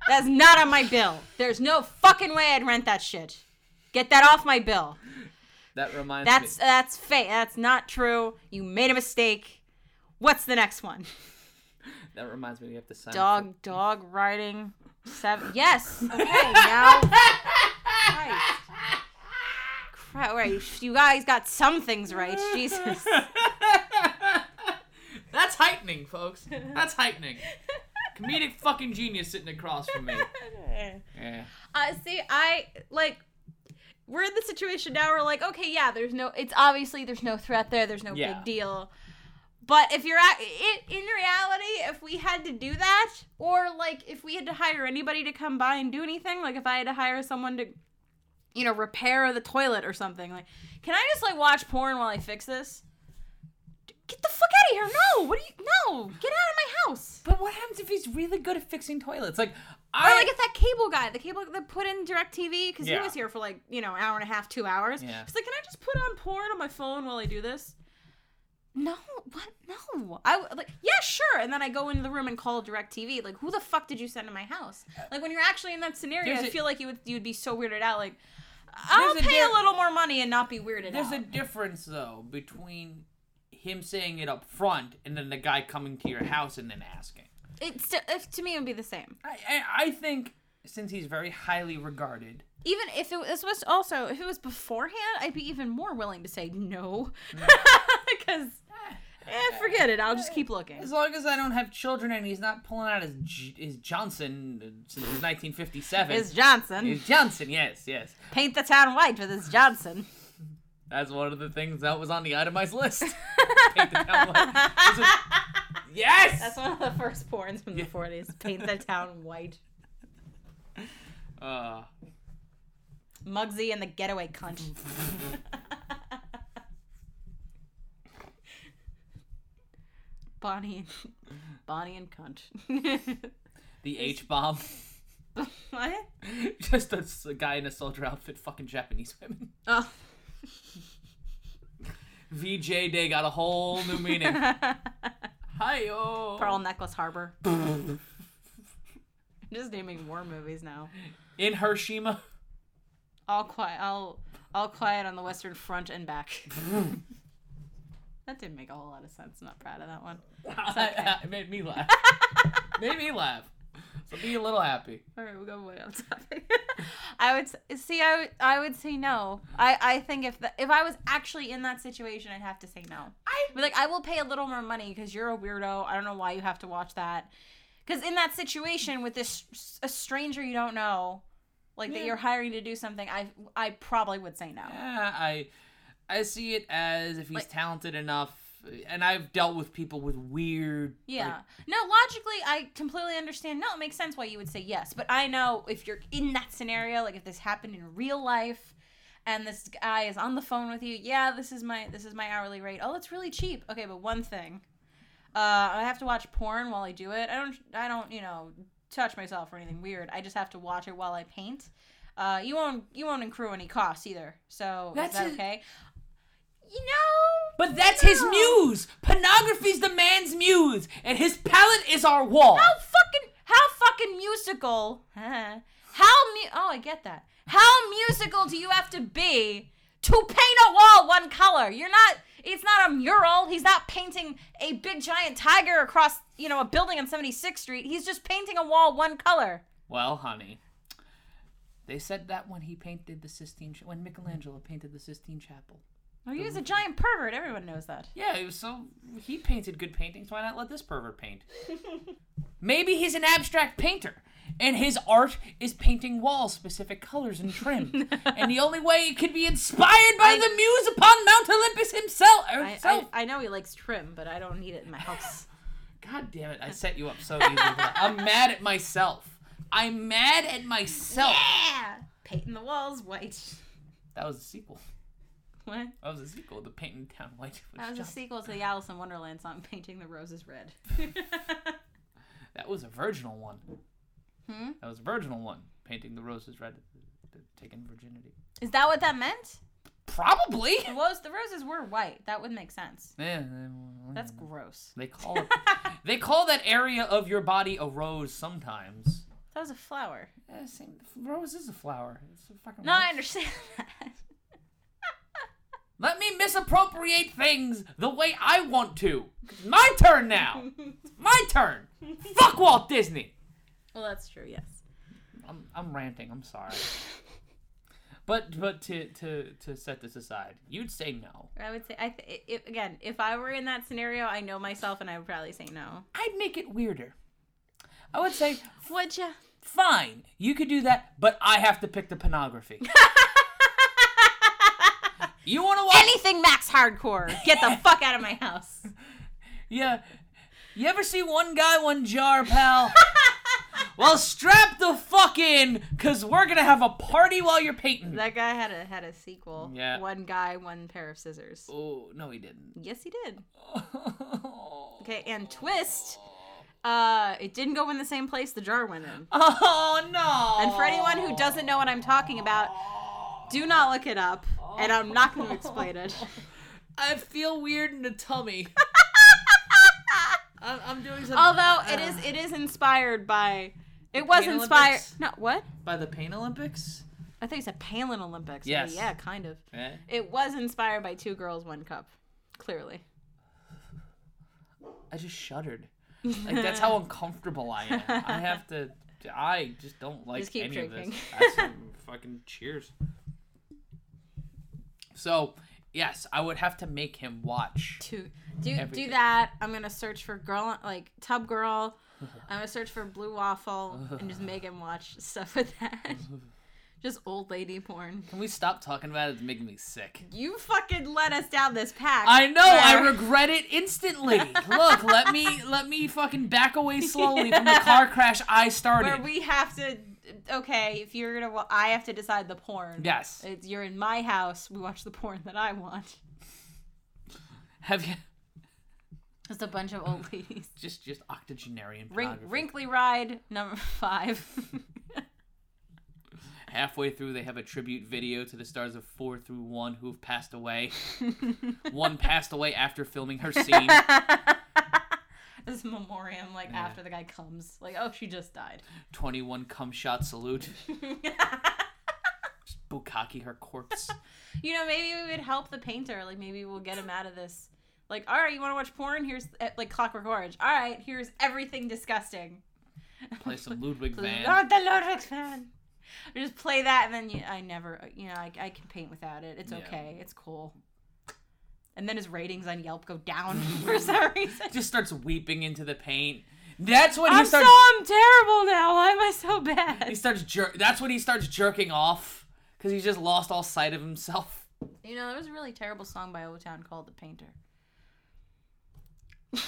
Speaker 2: That's not on my bill. There's no fucking way I'd rent that shit. Get that off my bill.
Speaker 1: That reminds
Speaker 2: That's
Speaker 1: me.
Speaker 2: that's fake. That's not true. You made a mistake. What's the next one?
Speaker 1: That reminds me we have to sign up
Speaker 2: Dog dog riding seven. Yes. Okay, now Christ. Crap, right. You guys got some things right. Jesus.
Speaker 1: That's heightening, folks. That's heightening. Comedic fucking genius sitting across from me. Yeah.
Speaker 2: Uh, see, I like. We're in the situation now. Where like, okay, yeah, there's no. It's obviously there's no threat there. There's no
Speaker 1: Yeah.
Speaker 2: big deal. But if you're at it, in reality, if we had to do that, or like if we had to hire anybody to come by and do anything, like if I had to hire someone to, you know, repair the toilet or something, like, can I just like watch porn while I fix this? Get the fuck out of here! No, what do you? No, get out of my house!
Speaker 1: But what happens if he's really good at fixing toilets? Like,
Speaker 2: Or
Speaker 1: I.
Speaker 2: like it's that cable guy, the cable that put in DirecTV, because
Speaker 1: Yeah.
Speaker 2: he was here for like you know an hour and a half, two hours.
Speaker 1: Yeah.
Speaker 2: He's like, can I just put on porn on my phone while I do this? No, what? No, I w- like yeah, sure. And then I go into the room and call DirecTV. Like, who the fuck did you send to my house? Like when you're actually in that scenario,
Speaker 1: There's
Speaker 2: I
Speaker 1: a-
Speaker 2: feel like you would you'd be so weirded out. Like, I'll
Speaker 1: There's a
Speaker 2: pay a
Speaker 1: di-
Speaker 2: little more money and not be weirded
Speaker 1: There's
Speaker 2: out.
Speaker 1: a difference, though, between him saying it up front and then the guy coming to your house and then asking.
Speaker 2: It's sti- if, to me, it would be the same.
Speaker 1: I, I, I think since he's very highly regarded,
Speaker 2: Even if it this was also if it was beforehand, I'd be even more willing to say no,
Speaker 1: Mm.
Speaker 2: because eh, forget it. I'll just keep looking.
Speaker 1: As long as I don't have children and he's not pulling out his J- his Johnson uh, since 1957.
Speaker 2: It's Johnson.
Speaker 1: His Johnson, yes, yes.
Speaker 2: Paint the town white with his Johnson.
Speaker 1: That's one of the things that was on the itemized list. Paint the town white. This is- yes.
Speaker 2: That's one of the first porns from the forties. Paint the town white.
Speaker 1: uh,
Speaker 2: Muggsy and the getaway cunt. Bonnie, and- Bonnie and cunt.
Speaker 1: the H bomb.
Speaker 2: what?
Speaker 1: Just a, s- a guy in a soldier outfit, fucking Japanese women.
Speaker 2: Oh.
Speaker 1: VJ Day got a whole new meaning. Oh. Hiyo.
Speaker 2: Pearl Necklace Harbor. I'm just naming war movies now.
Speaker 1: In Hiroshima.
Speaker 2: All quiet. All all quiet on the Western Front and back. that didn't make a whole lot of sense. Not proud of that one.
Speaker 1: it made me laugh. made me laugh. So be a little happy.
Speaker 2: All right, we'll go way off topic. I would s- see. I would, I would say no. I, I think if the, if I was actually in that situation, I'd have to say no.
Speaker 1: I-
Speaker 2: Be like I will pay a little more money because you're a weirdo. I don't know why you have to watch that. Because in that situation with this s- a stranger you don't know, like that
Speaker 1: Yeah.
Speaker 2: you're hiring to do something, I I probably would say no.
Speaker 1: Yeah, I I see it as if he's
Speaker 2: Like-
Speaker 1: talented enough, and I've dealt with people with weird.
Speaker 2: Yeah.
Speaker 1: like,
Speaker 2: no, logically, I completely understand. No, it makes sense why you would say yes. But I know if you're in that scenario, like if this happened in real life and this guy is on the phone with you, yeah, this is my this is my hourly rate. Oh, it's really cheap. Okay, but one thing. Uh, I have to watch porn while I do it. I don't I don't, you know, touch myself or anything weird. I just have to watch it while I paint. Uh, you won't you won't accrue any costs either. So
Speaker 1: That's
Speaker 2: is that
Speaker 1: his-
Speaker 2: okay? You know,
Speaker 1: but that's his
Speaker 2: No.
Speaker 1: muse. Pornography's the man's muse, and his palette is our wall.
Speaker 2: how fucking how fucking musical huh? how mu- oh i get that how musical do you have to be to paint a wall one color. You're not. It's not a mural. He's not painting a big giant tiger across, you know, a building on 76th Street. He's just painting a wall one color.
Speaker 1: Well, honey, they said that when he painted the Sistine, Cha- when Michelangelo painted the Sistine Chapel.
Speaker 2: Oh, he was a giant pervert. Everyone knows that.
Speaker 1: Yeah, it was so he painted good paintings. Why not let this pervert paint? Maybe he's an abstract painter, and his art is painting walls specific colors and trim. and the only way it could be inspired by
Speaker 2: I-
Speaker 1: the muse upon Mount Olympus himself.
Speaker 2: I,
Speaker 1: herself.
Speaker 2: I, I know he likes trim, but I don't need it in my house.
Speaker 1: God damn it! I set you up so easy. for that. I'm mad at myself. I'm mad at myself.
Speaker 2: yeah! Painting the walls white.
Speaker 1: That was a sequel.
Speaker 2: What?
Speaker 1: That was a sequel. The painting town white. was
Speaker 2: That was a
Speaker 1: John-
Speaker 2: sequel to the Alice in Wonderland song, Painting the Roses Red.
Speaker 1: That was a virginal one.
Speaker 2: Hmm?
Speaker 1: That was a virginal one. Painting the roses red, th- taking virginity.
Speaker 2: Is that what that meant?
Speaker 1: Probably.
Speaker 2: The, rose, the roses were white. That would make sense.
Speaker 1: Yeah,
Speaker 2: That's gross.
Speaker 1: they call it. they call that area of your body a rose sometimes.
Speaker 2: That was a flower.
Speaker 1: Yeah, same. Rose is a flower. It's a fucking.
Speaker 2: No,
Speaker 1: rose.
Speaker 2: I understand that.
Speaker 1: Let me misappropriate things the way I want to. It's my turn now. It's my turn. Fuck Walt Disney.
Speaker 2: Well, that's true, yes.
Speaker 1: I'm, I'm ranting. I'm sorry. But but to, to to set this aside, you'd say no.
Speaker 2: I would say, I th- i i- again, if I were in that scenario, I know myself and I would probably say no.
Speaker 1: I'd make it weirder. I would say
Speaker 2: Would ya?
Speaker 1: fine, you could do that, but I have to pick the pornography. you want to watch?
Speaker 2: Anything Max Hardcore. Get the fuck out of my house.
Speaker 1: yeah. You ever see one guy, one jar, pal? well, strap the fuck in, cause we're gonna have a party while you're painting.
Speaker 2: That guy had a had a sequel.
Speaker 1: Yeah.
Speaker 2: One guy, one pair of scissors.
Speaker 1: Oh no, he didn't.
Speaker 2: Yes, he did. Okay, and twist. Uh, it didn't go in the same place the jar went in.
Speaker 1: oh no.
Speaker 2: And for anyone who doesn't know what I'm talking about, do not look it up, and I'm not going to explain it.
Speaker 1: I feel weird in the tummy. I'm, I'm doing something.
Speaker 2: Although it is it is inspired by. It was
Speaker 1: Pain
Speaker 2: inspired.
Speaker 1: Olympics?
Speaker 2: No, what?
Speaker 1: by the Pain Olympics. Eh?
Speaker 2: I thought you said Palin Olympics. but
Speaker 1: Yes.
Speaker 2: Yeah, kind of. It was inspired by Two Girls, One Cup. Clearly.
Speaker 1: I just shuddered. Like that's how uncomfortable I am. I have to. I just don't like
Speaker 2: Just keep
Speaker 1: any of
Speaker 2: drinking.
Speaker 1: this. That's some fucking cheers. So yes, I would have to make him watch.
Speaker 2: to do
Speaker 1: Everything.
Speaker 2: do that. I'm gonna search for girl like tub girl. I'm gonna search for blue waffle and just make him watch stuff with that. just old lady porn.
Speaker 1: Can we stop talking about it? It's making me sick.
Speaker 2: You fucking led us down this path.
Speaker 1: I know. I
Speaker 2: where-
Speaker 1: regret it instantly. Look, let me let me fucking back away slowly from the car crash I
Speaker 2: where
Speaker 1: started.
Speaker 2: we have to. Okay, if you're gonna, wa- I have to decide the porn.
Speaker 1: yes.
Speaker 2: It's, you're in my house. We watch the porn that I want.
Speaker 1: Have you
Speaker 2: Just a bunch of old ladies.
Speaker 1: just just octogenarian
Speaker 2: Rink,
Speaker 1: pornography.
Speaker 2: wrinkly ride number five.
Speaker 1: Halfway through, they have a tribute video to the stars of four through one who have passed away. one passed away after filming her scene.
Speaker 2: this memoriam, like after the guy comes, like oh she just died.
Speaker 1: 21 cum shot salute. Just Bukkake her corpse.
Speaker 2: You know, maybe we would help the painter. Like, maybe we'll get him out of this. Like, all right, you want to watch porn? Here's eh, like Clockwork Orange. All right, here's everything disgusting.
Speaker 1: Play some Ludwig van.
Speaker 2: Not the Lodrix fan. Just play that, and then you, I never, you know, I, I can paint without it. It's
Speaker 1: Yeah.
Speaker 2: okay. It's cool. And then his ratings on Yelp go down for some reason.
Speaker 1: Just starts weeping into the paint. That's when he
Speaker 2: I'm
Speaker 1: starts.
Speaker 2: so I'm terrible now. Why am I so
Speaker 1: he
Speaker 2: bad?
Speaker 1: starts jer- That's when he starts jerking off because he's just lost all sight of himself.
Speaker 2: You know, there was a really terrible song by O Town called "The Painter."
Speaker 1: I'm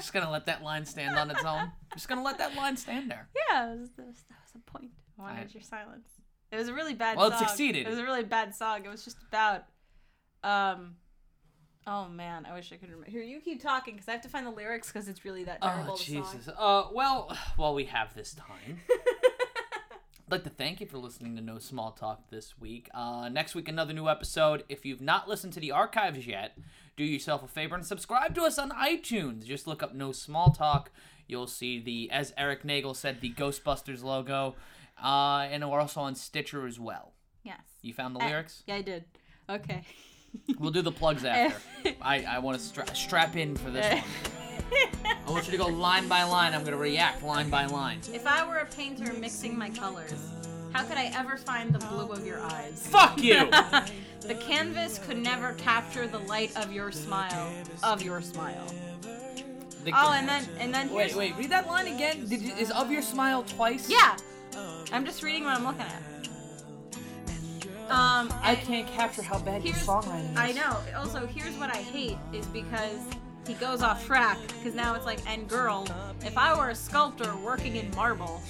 Speaker 1: just gonna let that line stand on its own. I'm just gonna let that line stand there.
Speaker 2: Yeah, it was, that, was, that was a point. I wanted
Speaker 1: I-
Speaker 2: your silence. It was a really bad
Speaker 1: Well, it
Speaker 2: song.
Speaker 1: succeeded.
Speaker 2: It was a really bad song. It was just about, um, oh man, I wish I could remember. Here, you keep talking because I have to find the lyrics because it's really that terrible.
Speaker 1: Oh
Speaker 2: the
Speaker 1: Jesus!
Speaker 2: Song.
Speaker 1: Uh, well, while we have this time, I'd like to thank you for listening to No Small Talk this week. Uh, next week, another new episode. If you've not listened to the archives yet, do yourself a favor and subscribe to us on iTunes. Just look up No Small Talk. You'll see the, as Eric Nagel said, the Ghostbusters logo, uh, and we're also on Stitcher as well.
Speaker 2: Yes.
Speaker 1: You found the
Speaker 2: Uh,
Speaker 1: lyrics?
Speaker 2: Yeah, I did. Okay.
Speaker 1: We'll do the plugs after. I, I want to stra- strap in for this one. I want you to go line by line. I'm going to react line by line.
Speaker 2: If I were a painter mixing my colors, how could I ever find the blue of your eyes?
Speaker 1: Fuck you!
Speaker 2: the canvas could never capture the light of your smile, of your smile.
Speaker 1: The-
Speaker 2: Oh, and then and then
Speaker 1: Wait,
Speaker 2: here's
Speaker 1: wait, read that line again. Did you, is of your smile twice?
Speaker 2: yeah. I'm just reading what I'm looking at. Um,
Speaker 1: I
Speaker 2: and
Speaker 1: can't capture how bad your
Speaker 2: here's-
Speaker 1: songwriting is.
Speaker 2: I know. Also, here's what I hate is because he goes off track because now it's like, and girl, if I were a sculptor working in marble,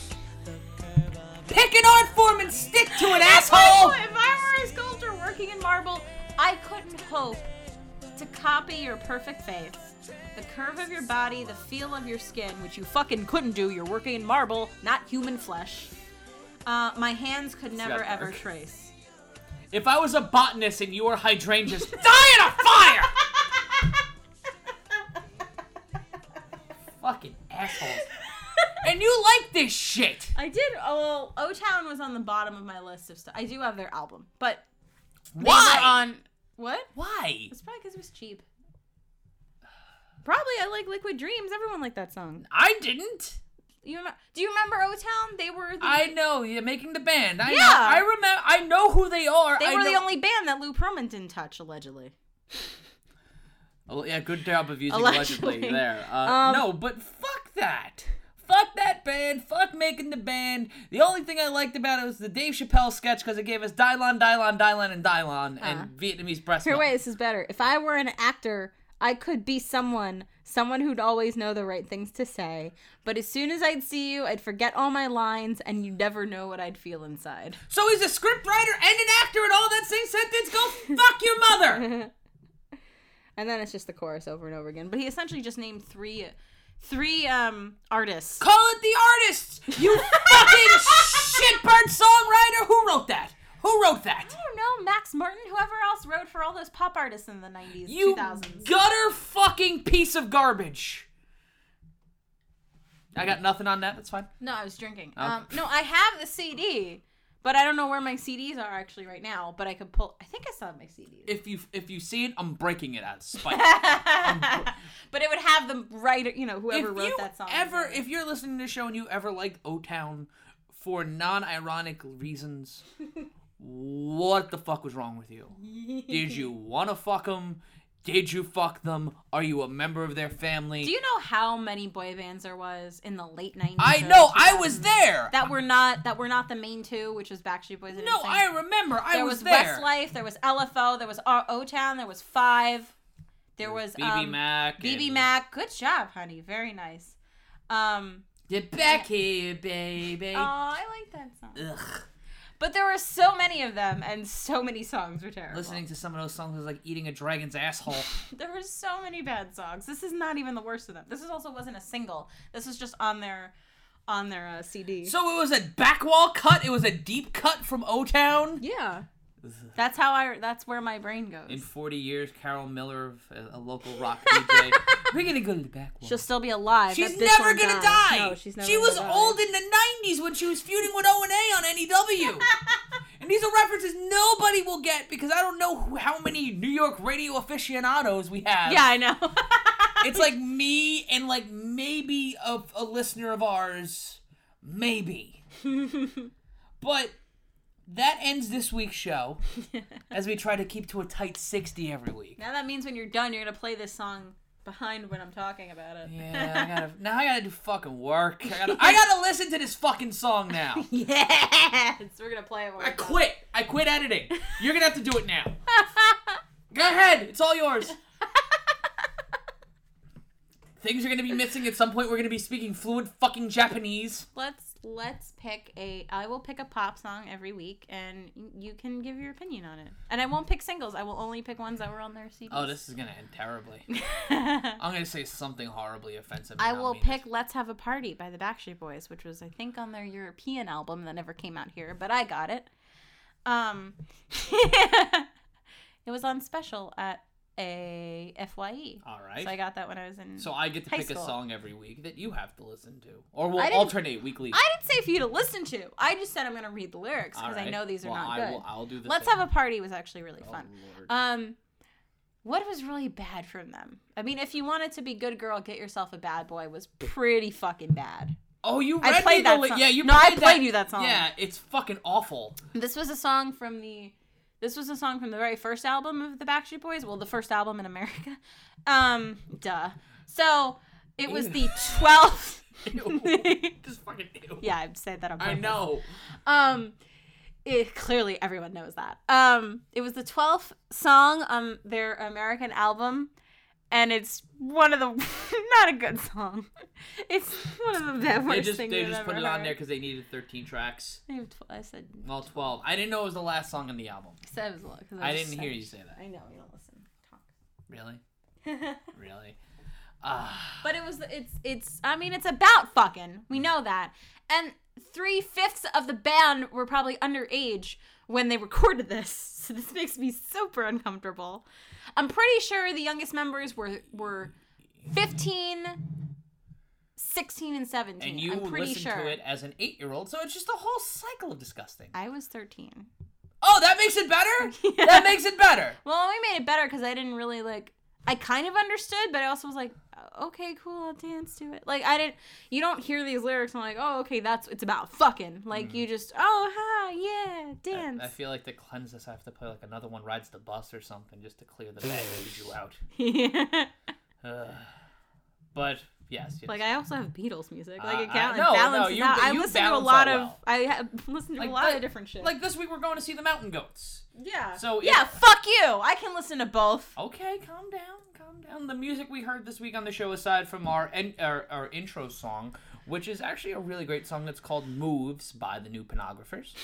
Speaker 1: Pick an art form and stick to it,
Speaker 2: If I
Speaker 1: asshole!
Speaker 2: were- If I were a sculptor working in marble, I couldn't hope to copy your perfect face. The curve of your body, the feel of your skin, which you fucking couldn't do. You're working in marble, not human flesh. Uh, my hands could never
Speaker 1: got
Speaker 2: ever
Speaker 1: dark.
Speaker 2: trace.
Speaker 1: If I was a botanist and you were hydrangeas, die in a fire! Fucking assholes. And you like this shit!
Speaker 2: I did. Oh, O Town was on the bottom of my list of stuff. I do have their album, but they
Speaker 1: Why?
Speaker 2: were on what?
Speaker 1: Why?
Speaker 2: It's probably because it was cheap. Probably I like Liquid Dreams. Everyone liked that song.
Speaker 1: I didn't.
Speaker 2: You remember? Do you remember O Town? They were the,
Speaker 1: I know you're making the band. I
Speaker 2: Yeah.
Speaker 1: know. I remember. I know who they are.
Speaker 2: they
Speaker 1: I
Speaker 2: were the
Speaker 1: know-
Speaker 2: only band that Lou Pearlman didn't touch allegedly.
Speaker 1: Oh, yeah, good job of using
Speaker 2: Allegedly. Um,
Speaker 1: allegedly, there. Uh, no, but fuck that. Fuck that band. Fuck making the band. The only thing I liked about it was the Dave Chappelle sketch because it gave us Dylon, Dylon, Dylon, and Dylon and Vietnamese breast
Speaker 2: Uh-huh. Here,
Speaker 1: milk.
Speaker 2: wait, this is better. If I were an actor, I could be someone, someone who'd always know the right things to say. But as soon as I'd see you, I'd forget all my lines, and you'd never know what I'd feel inside.
Speaker 1: So he's a script writer and an actor and all that same sentence. Go fuck your mother.
Speaker 2: And then it's just the chorus over and over again. But he essentially just named three, three um artists.
Speaker 1: Call it the artists. You fucking shitbird songwriter. Who wrote that? Who wrote that?
Speaker 2: I don't know, Max Martin, whoever else wrote for all those pop artists in the 90s,
Speaker 1: You
Speaker 2: 2000s.
Speaker 1: gutter fucking piece of garbage. I got nothing on that. That's fine.
Speaker 2: No, I was drinking.
Speaker 1: Oh.
Speaker 2: Um, no, I have the CD, but I don't know where my CDs are actually right now. But I could pull. I think I still have my CDs.
Speaker 1: If you if you see it, I'm breaking it out of spite.
Speaker 2: but it would have the writer, you know,
Speaker 1: if
Speaker 2: whoever wrote
Speaker 1: you
Speaker 2: that song.
Speaker 1: ever, if you're listening to the show and you ever liked O Town for non-ironic reasons, what the fuck was wrong with you? Did you want to fuck them? Did you fuck them? Are you a member of their family?
Speaker 2: Do you know how many boy bands there was in the late nineties?
Speaker 1: I know. I was there.
Speaker 2: That were not that were not the main two, which was Backstreet Boys. And
Speaker 1: no,
Speaker 2: NSYNC.
Speaker 1: I remember. I
Speaker 2: there
Speaker 1: was,
Speaker 2: was
Speaker 1: there.
Speaker 2: Westlife, there was LFO, there was O Town, there was Five, there was
Speaker 1: BB
Speaker 2: um,
Speaker 1: Mac.
Speaker 2: BB
Speaker 1: and-
Speaker 2: Mac. Good job, honey. Very nice. Um,
Speaker 1: Get back here, baby.
Speaker 2: oh, I like that song.
Speaker 1: Ugh.
Speaker 2: But there were so many of them, and so many songs were terrible.
Speaker 1: Listening to some of those songs is like eating a dragon's asshole.
Speaker 2: There were so many bad songs. This is not even the worst of them. This is also wasn't a single. This was just on their, on their uh, CD.
Speaker 1: so it was a back wall cut. It was a deep cut from O Town.
Speaker 2: yeah, that's how I. That's where my brain goes.
Speaker 1: In 40 years, Carol Miller, uh, a, a local rock DJ, we're gonna go to the back wall.
Speaker 2: She'll still be alive.
Speaker 1: she's
Speaker 2: that bitch
Speaker 1: never
Speaker 2: won't
Speaker 1: gonna
Speaker 2: die.
Speaker 1: die.
Speaker 2: No, she's never.
Speaker 1: she
Speaker 2: gonna
Speaker 1: was
Speaker 2: die.
Speaker 1: old in the 90s when she was feuding with O and A on NEW. and these are references nobody will get because I don't know who, how many New York radio aficionados we have.
Speaker 2: Yeah, I know.
Speaker 1: It's like me and like maybe a, a listener of ours, maybe. but that ends this week's show as we try to keep to a tight 60 every week.
Speaker 2: now that means when you're done, you're gonna play this song behind when I'm talking about it.
Speaker 1: Yeah, I gotta, now I gotta do fucking work. I gotta, I gotta listen to this fucking song now.
Speaker 2: Yes, we're gonna play it. when
Speaker 1: I
Speaker 2: we're done.
Speaker 1: quit. I quit editing. You're gonna have to do it now. Go ahead. It's all yours. Things are gonna be missing at some point. We're gonna be speaking fluent fucking Japanese.
Speaker 2: Let's let's pick a. I will pick a pop song every week, and y- you can give your opinion on it. And I won't pick singles. I will only pick ones that were on their CD.
Speaker 1: Oh, this is gonna end terribly. I'm gonna say something horribly offensive.
Speaker 2: I
Speaker 1: and not
Speaker 2: will
Speaker 1: mean
Speaker 2: pick
Speaker 1: it.
Speaker 2: "Let's Have a Party" by the Backstreet Boys, which was I think on their European album that never came out here, but I got it. Um, it was on special at A F Y E.
Speaker 1: All right.
Speaker 2: So I got that when I was in.
Speaker 1: So I get to
Speaker 2: High
Speaker 1: pick a
Speaker 2: school.
Speaker 1: song every week that you have to listen to, or we'll
Speaker 2: I didn't-
Speaker 1: alternate weekly.
Speaker 2: I didn't say for you to listen to. I just said I'm gonna read the lyrics
Speaker 1: All
Speaker 2: because I
Speaker 1: right.
Speaker 2: know these are
Speaker 1: Well,
Speaker 2: not
Speaker 1: I
Speaker 2: good.
Speaker 1: will, I'll do the
Speaker 2: Let's
Speaker 1: same.
Speaker 2: have a party was actually really
Speaker 1: Oh,
Speaker 2: fun.
Speaker 1: Lord.
Speaker 2: Um, what was really bad from them? I mean, if you wanted to be good girl, get yourself a bad boy was pretty fucking bad.
Speaker 1: oh, you
Speaker 2: I
Speaker 1: read
Speaker 2: played
Speaker 1: me
Speaker 2: that
Speaker 1: the li-
Speaker 2: song.
Speaker 1: yeah you
Speaker 2: No, I
Speaker 1: played
Speaker 2: played you that song.
Speaker 1: yeah it's fucking awful
Speaker 2: This was a song from the this was a song from the very first album of the Backstreet Boys. Well, the first album in America. Um, duh. So it was the
Speaker 1: Ew.
Speaker 2: twelfth.
Speaker 1: Ew. just fucking ew.
Speaker 2: yeah, I've said that on
Speaker 1: I
Speaker 2: purpose.
Speaker 1: know
Speaker 2: Um, it, clearly everyone knows that. Um, it was the twelfth song on their American album, and it's one of the not a good song. It's one of the bad
Speaker 1: they
Speaker 2: worst
Speaker 1: just
Speaker 2: things
Speaker 1: they
Speaker 2: I've
Speaker 1: just
Speaker 2: ever
Speaker 1: put it on there
Speaker 2: heard.
Speaker 1: because they needed 13 tracks
Speaker 2: I have tw- I said
Speaker 1: well 12 I didn't know it was the last song on the album
Speaker 2: said it was a lot. 'cause
Speaker 1: I
Speaker 2: was
Speaker 1: didn't hear
Speaker 2: sad.
Speaker 1: you say that
Speaker 2: I know you don't listen. Talk.
Speaker 1: really really ah
Speaker 2: but it was it's it's. I mean, it's about fucking. We know that. And three fifths of the band were probably underage when they recorded this. So this makes me super uncomfortable. I'm pretty sure the youngest members were were 15, 16, and 17.
Speaker 1: and you
Speaker 2: I'm pretty
Speaker 1: listened
Speaker 2: sure.
Speaker 1: to it as an eight year old so it's just a whole cycle of disgusting
Speaker 2: I was 13.
Speaker 1: oh that makes it better
Speaker 2: Yeah.
Speaker 1: that makes it better
Speaker 2: Well, we made it better because I didn't really like. I kind of understood, but I also was like, "Oh, okay, cool, I'll dance to it. Like I didn't. You don't hear these lyrics and like, oh, okay, that's it's about fucking. Like you just, oh, hi, yeah,
Speaker 1: Mm. I-
Speaker 2: dance.
Speaker 1: I, feel like to cleanse this I have to play like another one rides the bus or something just to clear the bad juju out
Speaker 2: yeah.
Speaker 1: Ugh. but yes, yes.
Speaker 2: Like I also have Beatles music. Like it
Speaker 1: Uh, I-
Speaker 2: counts.
Speaker 1: no, no,
Speaker 2: it balances
Speaker 1: you-
Speaker 2: out. I
Speaker 1: you
Speaker 2: listen to a
Speaker 1: balance
Speaker 2: lot
Speaker 1: out
Speaker 2: of.
Speaker 1: well.
Speaker 2: I have listened to
Speaker 1: Like,
Speaker 2: a lot
Speaker 1: but-
Speaker 2: of different shit.
Speaker 1: like this week we're going to see the mountain goats
Speaker 2: yeah.
Speaker 1: so if- Oh.
Speaker 2: yeah, fuck you. I can listen to both.
Speaker 1: Okay, calm down, calm down. The music we heard this week on the show, aside from our en- our, our intro song, which is actually a really great song that's called "Moves" by the New Pornographers,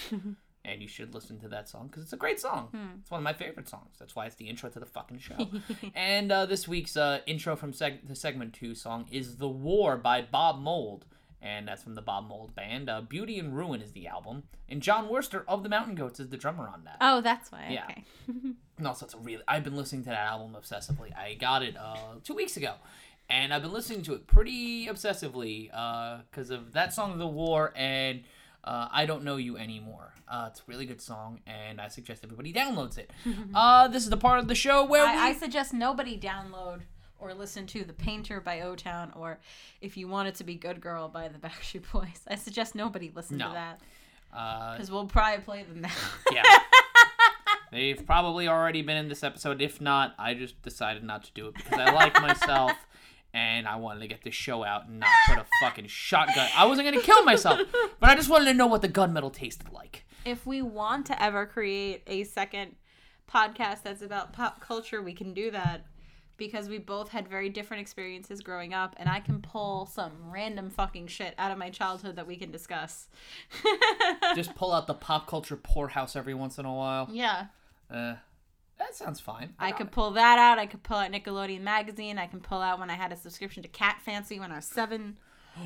Speaker 1: and you should listen to that song because it's a great song. It's one of my favorite songs. That's why it's the intro to the fucking show. and uh, this week's uh, intro from seg- the segment two song is "The War" by Bob Mold. And that's from the Bob Mold band. Uh, Beauty and Ruin is the album. And John Worster of the Mountain Goats is the drummer on that.
Speaker 2: Oh, that's why.
Speaker 1: Yeah.
Speaker 2: Okay.
Speaker 1: And also, it's a really. I've been listening to that album obsessively. I got it uh, two weeks ago, and I've been listening to it pretty obsessively because of that song, "The War," and uh, "I Don't Know You Anymore." Uh, it's a really good song, and I suggest everybody downloads it. uh, this is the part of the show where we.
Speaker 2: I, I suggest nobody download or listen to The Painter by O Town or If You Wanted to Be Good Girl by the Backstreet Boys. I suggest nobody listen
Speaker 1: No.
Speaker 2: to that
Speaker 1: uh,
Speaker 2: because we'll probably play them now.
Speaker 1: yeah. They've probably already been in this episode. If not, I just decided not to do it because I like myself and I wanted to get this show out and not put a fucking shotgun. I wasn't going to kill myself, but I just wanted to know what the gunmetal tasted like.
Speaker 2: if we want to ever create a second podcast that's about pop culture, we can do that because we both had very different experiences growing up and I can pull some random fucking shit out of my childhood that we can discuss.
Speaker 1: Just pull out the pop culture poorhouse every once in a while.
Speaker 2: yeah.
Speaker 1: Uh, that sounds fine.
Speaker 2: I could pull that out. I could pull out Nickelodeon magazine. I can pull out when I had a subscription to Cat Fancy when I was seven.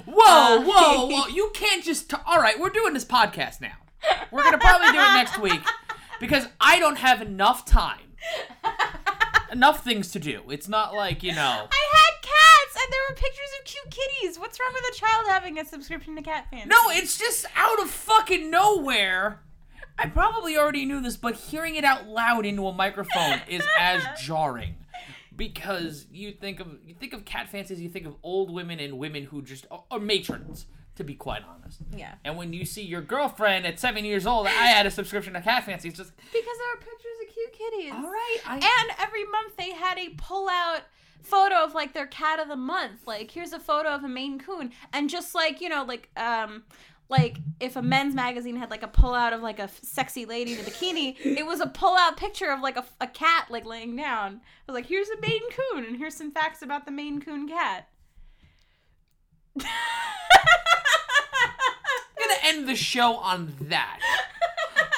Speaker 1: Whoa, whoa, whoa. You can't just. T- All right, we're doing this podcast now. We're going to probably do it next week because I don't have enough time. Enough things to do. It's not like, you know.
Speaker 2: I had cats, and there were pictures of cute kitties. What's wrong with a child having a subscription to Cat Fancy?
Speaker 1: No, it's just out of fucking nowhere. I probably already knew this, but hearing it out loud into a microphone is as jarring. Because you think of you think of cat fancies, you think of old women and women who just are, are matrons, to be quite honest.
Speaker 2: Yeah.
Speaker 1: And when you see your girlfriend at seven years old, I had a subscription to cat fancy. It's just
Speaker 2: Because there were pictures of cute kitties.
Speaker 1: all right. I,
Speaker 2: And every month they had a pull out photo of like their cat of the month. Like here's a photo of a Maine Coon, and just like you know, like um. Like if a men's magazine had like a pull out of like a f- sexy lady in a bikini, it was a pull out picture of like a, f- a cat like laying down. I was like, here's a Maine Coon, and here's some facts about the Maine Coon cat.
Speaker 1: I'm gonna end the show on that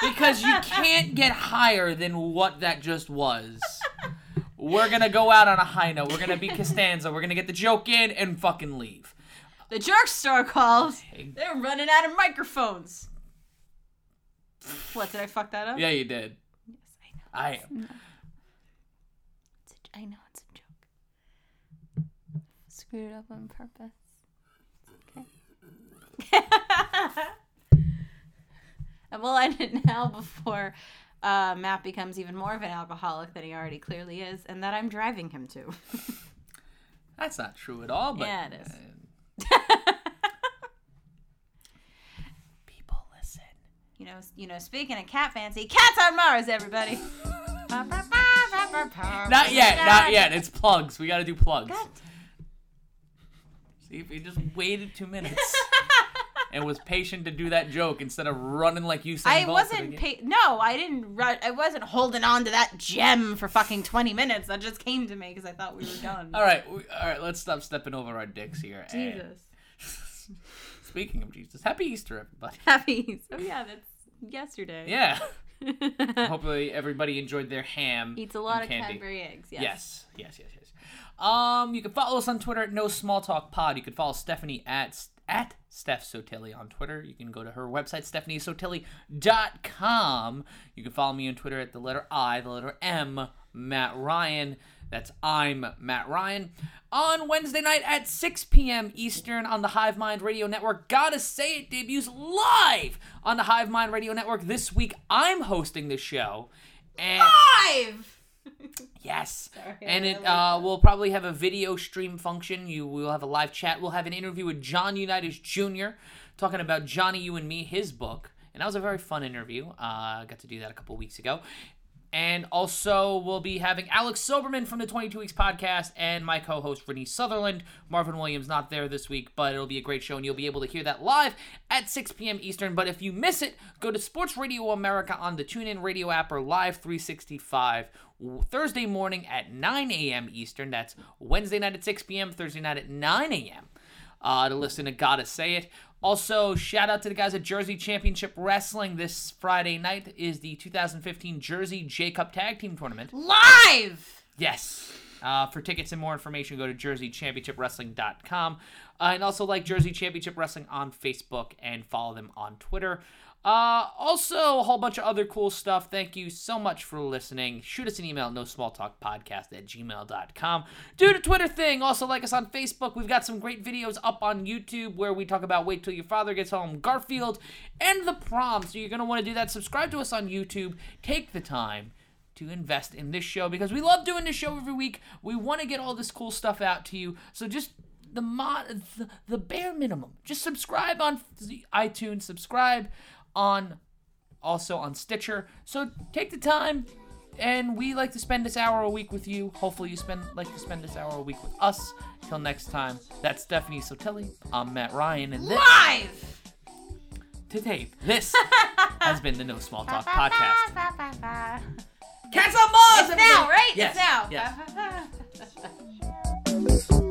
Speaker 1: because you can't get higher than what that just was. We're gonna go out on a high note. We're gonna be Costanza. We're gonna get the joke in and fucking leave.
Speaker 2: the jerk star calls. They're running out of microphones. What did I fuck that up?
Speaker 1: Yeah, you did.
Speaker 2: Yes, I
Speaker 1: I
Speaker 2: know. It's a- I know it's a joke. Screwed up on purpose. Okay. and we'll end it now before uh, Matt becomes even more of an alcoholic than he already clearly is, and that I'm driving him to.
Speaker 1: That's not true at all, but
Speaker 2: Yeah, it is.
Speaker 1: uh,
Speaker 2: People listen. You know, you know. Speaking of cat fancy, cats on Mars, everybody.
Speaker 1: not yet, not yet. It's plugs. We gotta do plugs.
Speaker 2: Oh God.
Speaker 1: See if you just waited two minutes and was patient to do that joke instead of running like you said.
Speaker 2: I wasn't. Pa- no, I didn't. Ru- I wasn't holding on to that gem for fucking twenty minutes. That just came to me because I thought we were done.
Speaker 1: all right, we, all right. Let's stop stepping over our dicks here. and-
Speaker 2: Jesus.
Speaker 1: Speaking of Jesus, Happy Easter, everybody.
Speaker 2: Happy. Oh yeah, that's yesterday.
Speaker 1: Yeah. Hopefully, everybody enjoyed their ham.
Speaker 2: Eats a lot
Speaker 1: and
Speaker 2: of
Speaker 1: candy.
Speaker 2: Cadbury eggs. Yes.
Speaker 1: Yes, yes, yes, yes. Um, you can follow us on Twitter at No Small Talk Pod. You can follow Stephanie at at Steph Sotilli on Twitter. You can go to her website, stephaniesotilli.com. You can follow me on Twitter at the letter I, the letter M, Matt Ryan. That's I'm Matt Ryan. On Wednesday night at 6 p.m. Eastern on the Hive Mind Radio Network, Gotta Say It debuts live on the Hive Mind Radio Network this week. I'm hosting the show. And
Speaker 2: Five.
Speaker 1: Yes.
Speaker 2: Sorry,
Speaker 1: and
Speaker 2: I
Speaker 1: it
Speaker 2: like
Speaker 1: uh, will probably have a video stream function. You will have a live chat. We'll have an interview with John Unitas Jr. talking about Johnny, You and Me, his book. And that was a very fun interview. Uh, I got to do that a couple weeks ago. And also, we'll be having Alex Silberman from the 22 Weeks podcast and my co host, Renee Sutherland. Marvin Williams not there this week, but it'll be a great show, and you'll be able to hear that live at 6 p.m. Eastern. But if you miss it, go to Sports Radio America on the TuneIn Radio app or Live 365 w- Thursday morning at 9 a.m. Eastern. That's Wednesday night at 6 p.m., Thursday night at 9 a.m uh, to listen to Gotta Say It. Also, shout out to the guys at Jersey Championship Wrestling. This Friday night is the 2015 Jersey J Cup Tag Team Tournament.
Speaker 2: Live.
Speaker 1: Yes. Uh, for tickets and more information, go to jerseychampionshipwrestling.com. Uh, and also like Jersey Championship Wrestling on Facebook and follow them on Twitter. Uh, also, a whole bunch of other cool stuff. Thank you so much for listening. Shoot us an email, no small talk podcast at gmail.com. Do the Twitter thing. Also, like us on Facebook. We've got some great videos up on YouTube where we talk about Wait Till Your Father Gets Home, Garfield, and The Prom. So you're going to want to do that. Subscribe to us on YouTube. Take the time to invest in this show because we love doing this show every week. We want to get all this cool stuff out to you. So just the mod, the, the bare minimum. Just subscribe on iTunes. Subscribe on also on Stitcher. So take the time. And we like to spend this hour a week with you. Hopefully, you spend like to spend this hour a week with us. Till next time, that's Stephanie Sotelli. I'm Matt Ryan, and this
Speaker 2: Live.
Speaker 1: today this has been the No Small Talk podcast.
Speaker 2: podcast.
Speaker 1: Cats on Mars,
Speaker 2: It's now,
Speaker 1: everybody!
Speaker 2: right?
Speaker 1: Yes,
Speaker 2: It's now.
Speaker 1: yes.
Speaker 2: Yes.